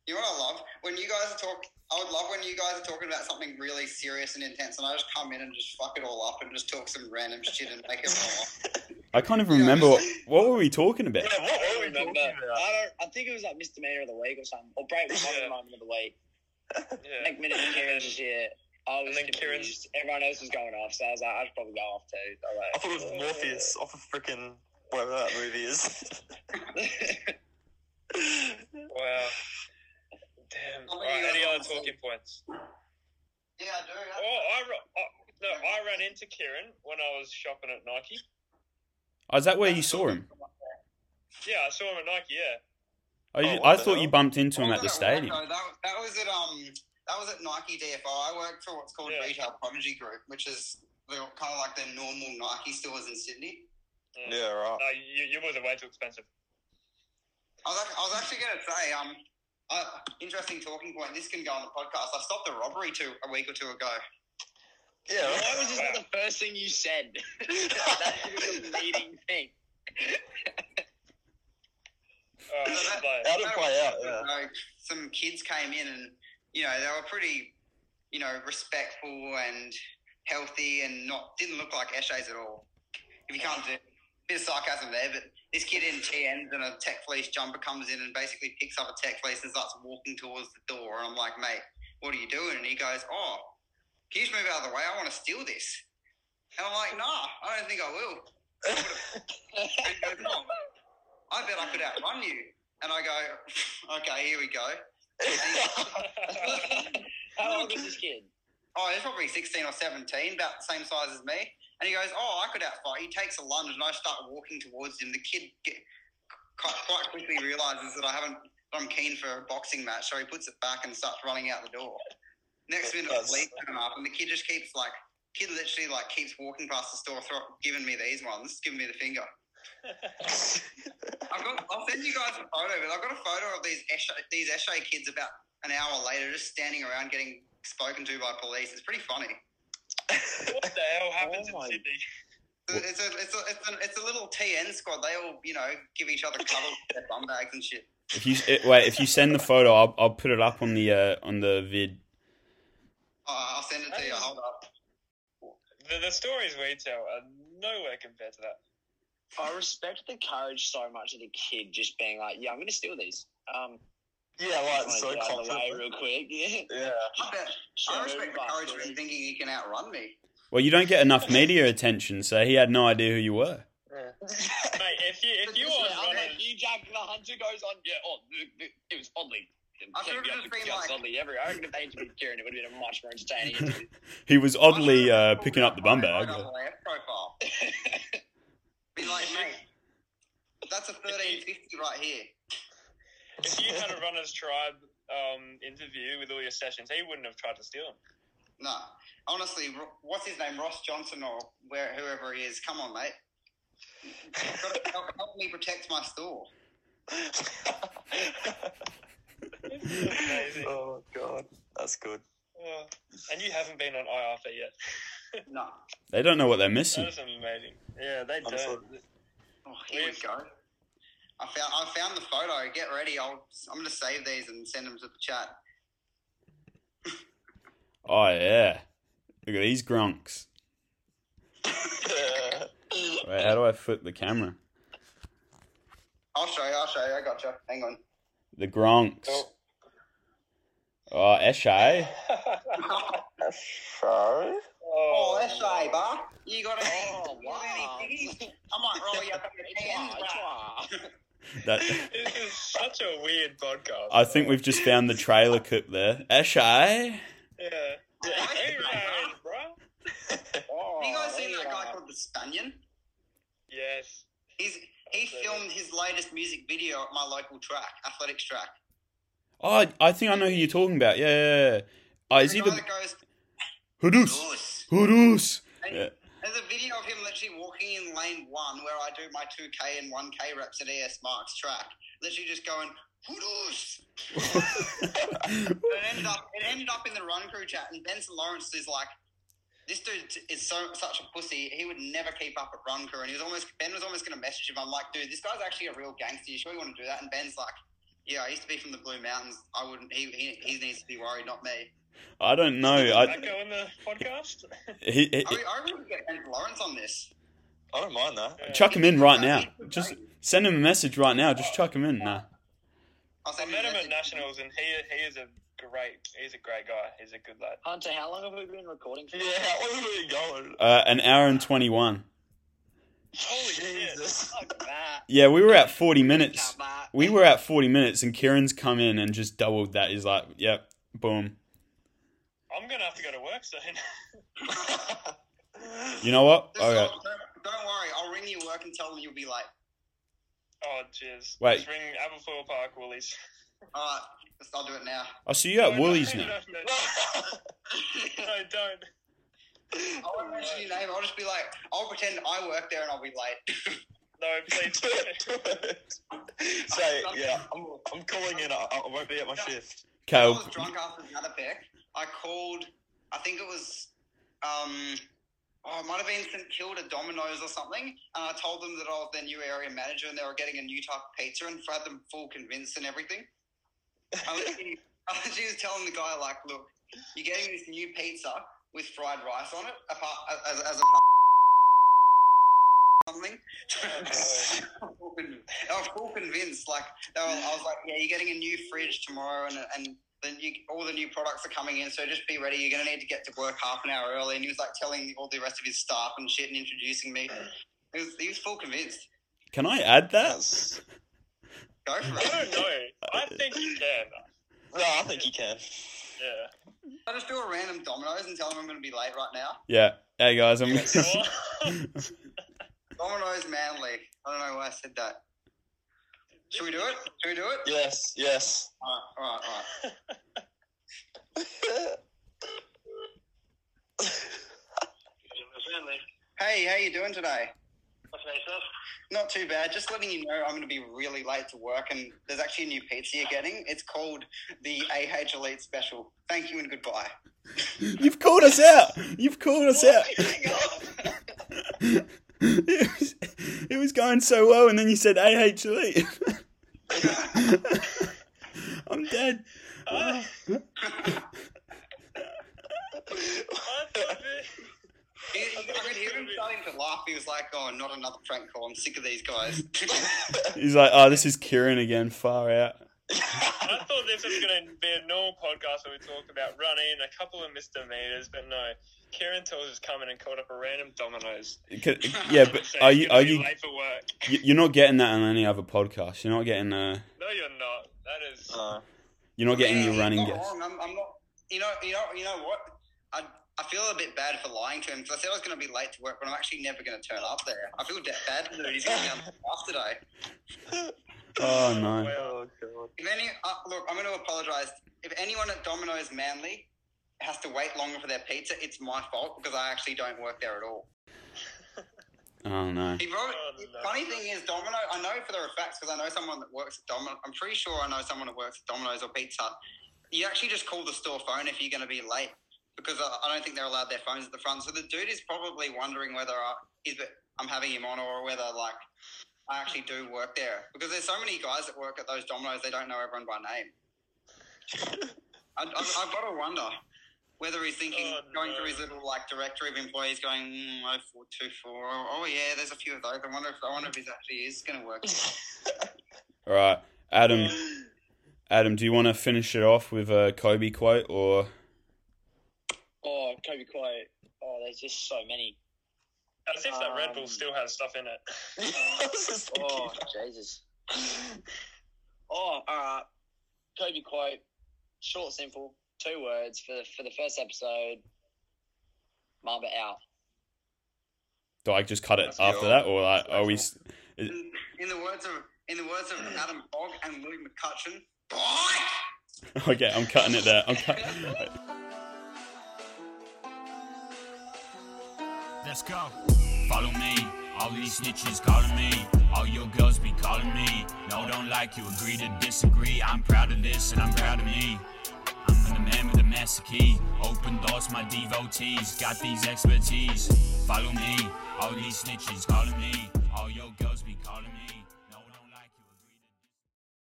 You know what I love? When you guys are talk, I would love when you guys are talking about something really serious and intense, and I just come in and just fuck it all up and just talk some random shit and make it all up. I can't even remember what, what were we talking about. Yeah, what were we I don't talking remember. about? I don't. I think it was like misdemeanor of the week or something, or break Yeah. one moment of the week. Yeah. Like minute of Kieran's shit. I was And then Kieran's- confused. Everyone else was going off, so I was like, I'd probably go off too. All right. I thought it was Morpheus off of freaking whatever that movie is. Wow. Damn. How All many right, you got any on other the talk talking points. Yeah, I do. Oh, I, ru- I no, I ran into Kieran when I was shopping at Nike. Oh, is that where you saw him? Yeah, I saw him at Nike. Yeah, Oh, you, Oh, what I the thought hell? you bumped into him Oh, at the no, stadium. no, that, that was at um that was at Nike DFO. I worked for what's called Yeah. Retail Prodigy Group, which is kind of like the normal Nike stores in Sydney. Yeah, right. no, you, you boys are way too expensive. I was, act- I was actually going to say, um, uh, interesting talking point. This can go on the podcast. I stopped a robbery two a week or two ago. Yeah, right. Why was this not the first thing you said? that should be the leading thing. All right, No, that- bye. That'll play out, yeah. Like, some kids came in and you know they were pretty, you know, respectful and healthy and not didn't look like eshays at all. If you can't do bit of sarcasm there, but this kid in TNs and a tech fleece jumper comes in and basically picks up a tech fleece and starts walking towards the door, and I'm like, mate, what are you doing? And he goes, oh, can you just move out of the way? I want to steal this. And I'm like, nah, I don't think I will. And he goes, "Oh, I bet I could outrun you. And I go, okay, here we go. How old was this kid? Oh, he's probably 16 or 17, about the same size as me. And he goes, oh, I could outfight. you." He takes a lunge and I start walking towards him. The kid get, quite, quite quickly realizes that I haven't, that I'm keen for a boxing match. So he puts it back and starts running out the door. Next minute, the That's- police come up and the kid just keeps like, kid literally like keeps walking past the store, throw, giving me these ones, giving me the finger. I've got, I'll send you guys a photo, but I've got a photo of these Eshe, these Eshe kids about an hour later just standing around getting spoken to by police. It's pretty funny. what the hell happens Oh my- in Sydney? It's a, it's, a, it's, a, it's a little TN squad. They all, you know, give each other cover with their bum bags and shit. If you it, wait, if you send the photo, I'll, I'll put it up on the uh, on the vid. Uh, I'll send it to you. Hold up. The, the stories we tell are nowhere compared to that. I respect the courage so much of the kid just being like, "Yeah, I'm going to steal these." Um, yeah, like just so wanna get out of the way real confident. quick. Yeah. Yeah. I, bet, Sure, I respect the but- courage of him thinking he can outrun me. Well, you don't get enough media attention, so he had no idea who you were. Mate, if you if you Yeah, are Yeah, I running, mean, you Jack the Hunter goes on. Yeah, oh, th- th- it was oddly. I could've yeah, just it been was like- oddly every. I reckon if they had been Kieran, it would have been a much more entertaining. interview. He was oddly uh, picking up the bum I bag. got my F profile. Be like, mate, that's a 1350 right here. if you had a runner's tribe um, interview with all your sessions, he wouldn't have tried to steal them. No, honestly, Ro- what's his name, Ross Johnson or where, whoever he is? Come on, mate. Gotta help, help me protect my store. Amazing. oh god, that's good. Oh, and you haven't been on IR for E yet. No. They don't know what they're That missing. is amazing. Yeah, they I'm don't. Oh, here we go. I found I found the photo. Get ready. I'll I'm gonna save these and send them to the chat. Oh yeah, look at these grunks. Yeah. Wait, how do I flip the camera? I'll show you. I'll show you. I gotcha. Hang on. The Gronks. Oh, Eshay. Sorry. Oh, that's right, bar. You got any? Oh, you got wow. any piggies? I might roll you up in the hand. That This is such a weird podcast. I think we've just found the trailer clip there. eh? Eshay. Yeah. Yeah. Hey, guys, bro. Have you Oh, guys seen that guy called the Spanion? Yes. He's he filmed his latest music video at my local track, athletics track. Oh, I think I know who you're talking about. Yeah, yeah, yeah. Oh, is the he guy the that goes Hudus? Goose. Hudus. And Yeah. There's a video of him literally walking in lane one where I do my 2K and 1K reps at ES Marks track. Literally just going, Hoodles! And it ended up it ended up in the run crew chat, and Benson Lawrence is like, "This dude is so such a pussy. He would never keep up at run crew." And he was almost Ben was almost going to message him. I'm like, "Dude, this guy's actually a real gangster. You sure you want to do that?" And Ben's like, "Yeah, I used to be from the Blue Mountains. I wouldn't. He he, he needs to be worried, not me." I don't know. Did that I go in the podcast? he, he, I, I really want to get Benson Lawrence on this. I don't mind that. chuck him in right now. Just send him a message right now. Just chuck him in. Nah. I'll I send met him him a at message. nationals, and he he is a great he's a great guy. He's a good lad. Hunter, how long have we been recording for? Yeah, where are we going? Uh, an hour and twenty-one. Holy shit! Jesus. Fuck that. Yeah, we were at forty minutes. Fuck that. We were at forty minutes, and Kieran's come in and just doubled that. He's like, "Yep, boom." I'm gonna have to go to work soon. You know what? Just Okay. don't, don't- don't worry, I'll ring you at work and tell them you'll be late. oh, jeez. Wait. Just ring Aberfoyle Park Woolies. All right, just- I'll do it now. I see you at No, Woolies no, now. No, no, no, don't. I won't mention your name. I'll just be like, I'll pretend I work there and I'll be late. No, please. Do it, do it. Say, yeah, I'm, I'm calling in. I, I won't be at my shift. I Okay, was drunk after the other pick. I called. I think it was. Um, oh, it might have been St Kilda Domino's or something. And I told them that I was their new area manager and they were getting a new type of pizza and had them full convinced and everything. I literally, I literally was telling the guy like, look, you're getting this new pizza with fried rice on it, apart as, as a something. I was full convinced. Like they were, I was like, yeah, you're getting a new fridge tomorrow, and and then you, all the new products are coming in, so just be ready. You're gonna need to get to work half an hour early. And he was like telling all the rest of his staff and shit, and introducing me. He was, he was full convinced. can I add that? That's, Go for I it. don't know. I think you can. no, I think you can. Yeah. I just do a random Domino's and tell them I'm gonna be late right now. Yeah. Hey guys, I'm. Domino's Manly. I don't know why I said that. Should we do it? Should we do it? Yes, yes. All right, all right, all right. Uh, Hey, how you doing today? Not too bad. Just letting you know, I'm going to be really late to work, and there's actually a new pizza you're getting. It's called the AH Elite Special. Thank you and goodbye. You've called us out. You've called us out. it, was, it was going so well, and then you said AHLE. I'm dead. He- I could hear him starting to laugh. He was like, "Oh, not another prank call. I'm sick of these guys." He's like, oh, this is Kieran again. Far out. I thought this was going to be a normal podcast where we talk about running and a couple of misdemeanors, but no. Kieran Tills has come in and called up a random Domino's. C- Yeah, but So are you he's are gonna be you late for work? you- you're not getting that on any other podcast? You're not getting uh No, you're not. That is. Uh, No. you're not getting Yeah, your he's running not guess. wrong. I'm, I'm not. You know. You know. You know what? I I feel a bit bad for lying to him because I said I was going to be late to work, but I'm actually never going to turn up there. I feel that bad for him. He's going to be on the staff today. Oh no. Oh, God. If any, uh, look, I'm going to apologise. If anyone at Domino's Manly has to wait longer for their pizza, it's my fault because I actually don't work there at all. Oh no. He wrote, Oh, no. Funny thing is, Domino. I know for the facts because I know someone that works at Domino. I'm pretty sure I know someone that works at Domino's or Pizza Hut. You actually just call the store phone if you're going to be late because I, I don't think they're allowed their phones at the front. So the dude is probably wondering whether I, is that I'm having him on or whether like I actually do work there because there's so many guys that work at those Domino's they don't know everyone by name. I, I, I've got to wonder. Whether he's thinking, Oh, going no. through his little like directory of employees, going mm, 0424, oh yeah, there's a few of those. I wonder if I wonder if he's actually is going to work. All right, Adam. Adam, do you want to finish it off with a Kobe quote or? Oh, Kobe quote. Oh, there's just so many. As if that Red Bull Um, still has stuff in it. I was just Oh, thinking. Jesus. Oh, all right. Kobe quote. Short, simple. Two words for the, for the first episode. Mamba out. Do I just cut it That's after your- that, or like, are we? s- In, in the words of in the words of Adam Bog and Luke McCutcheon, bye. Okay, I'm cutting it there. I'm cut- Let's go. Follow me. All these snitches calling me. All your girls be calling me. No, don't like you. Agree to disagree. I'm proud of this and I'm proud of me. I'm the man with the master key. Open doors, my devotees. Got these expertise. Follow me. All these snitches calling me. All your girls be calling me.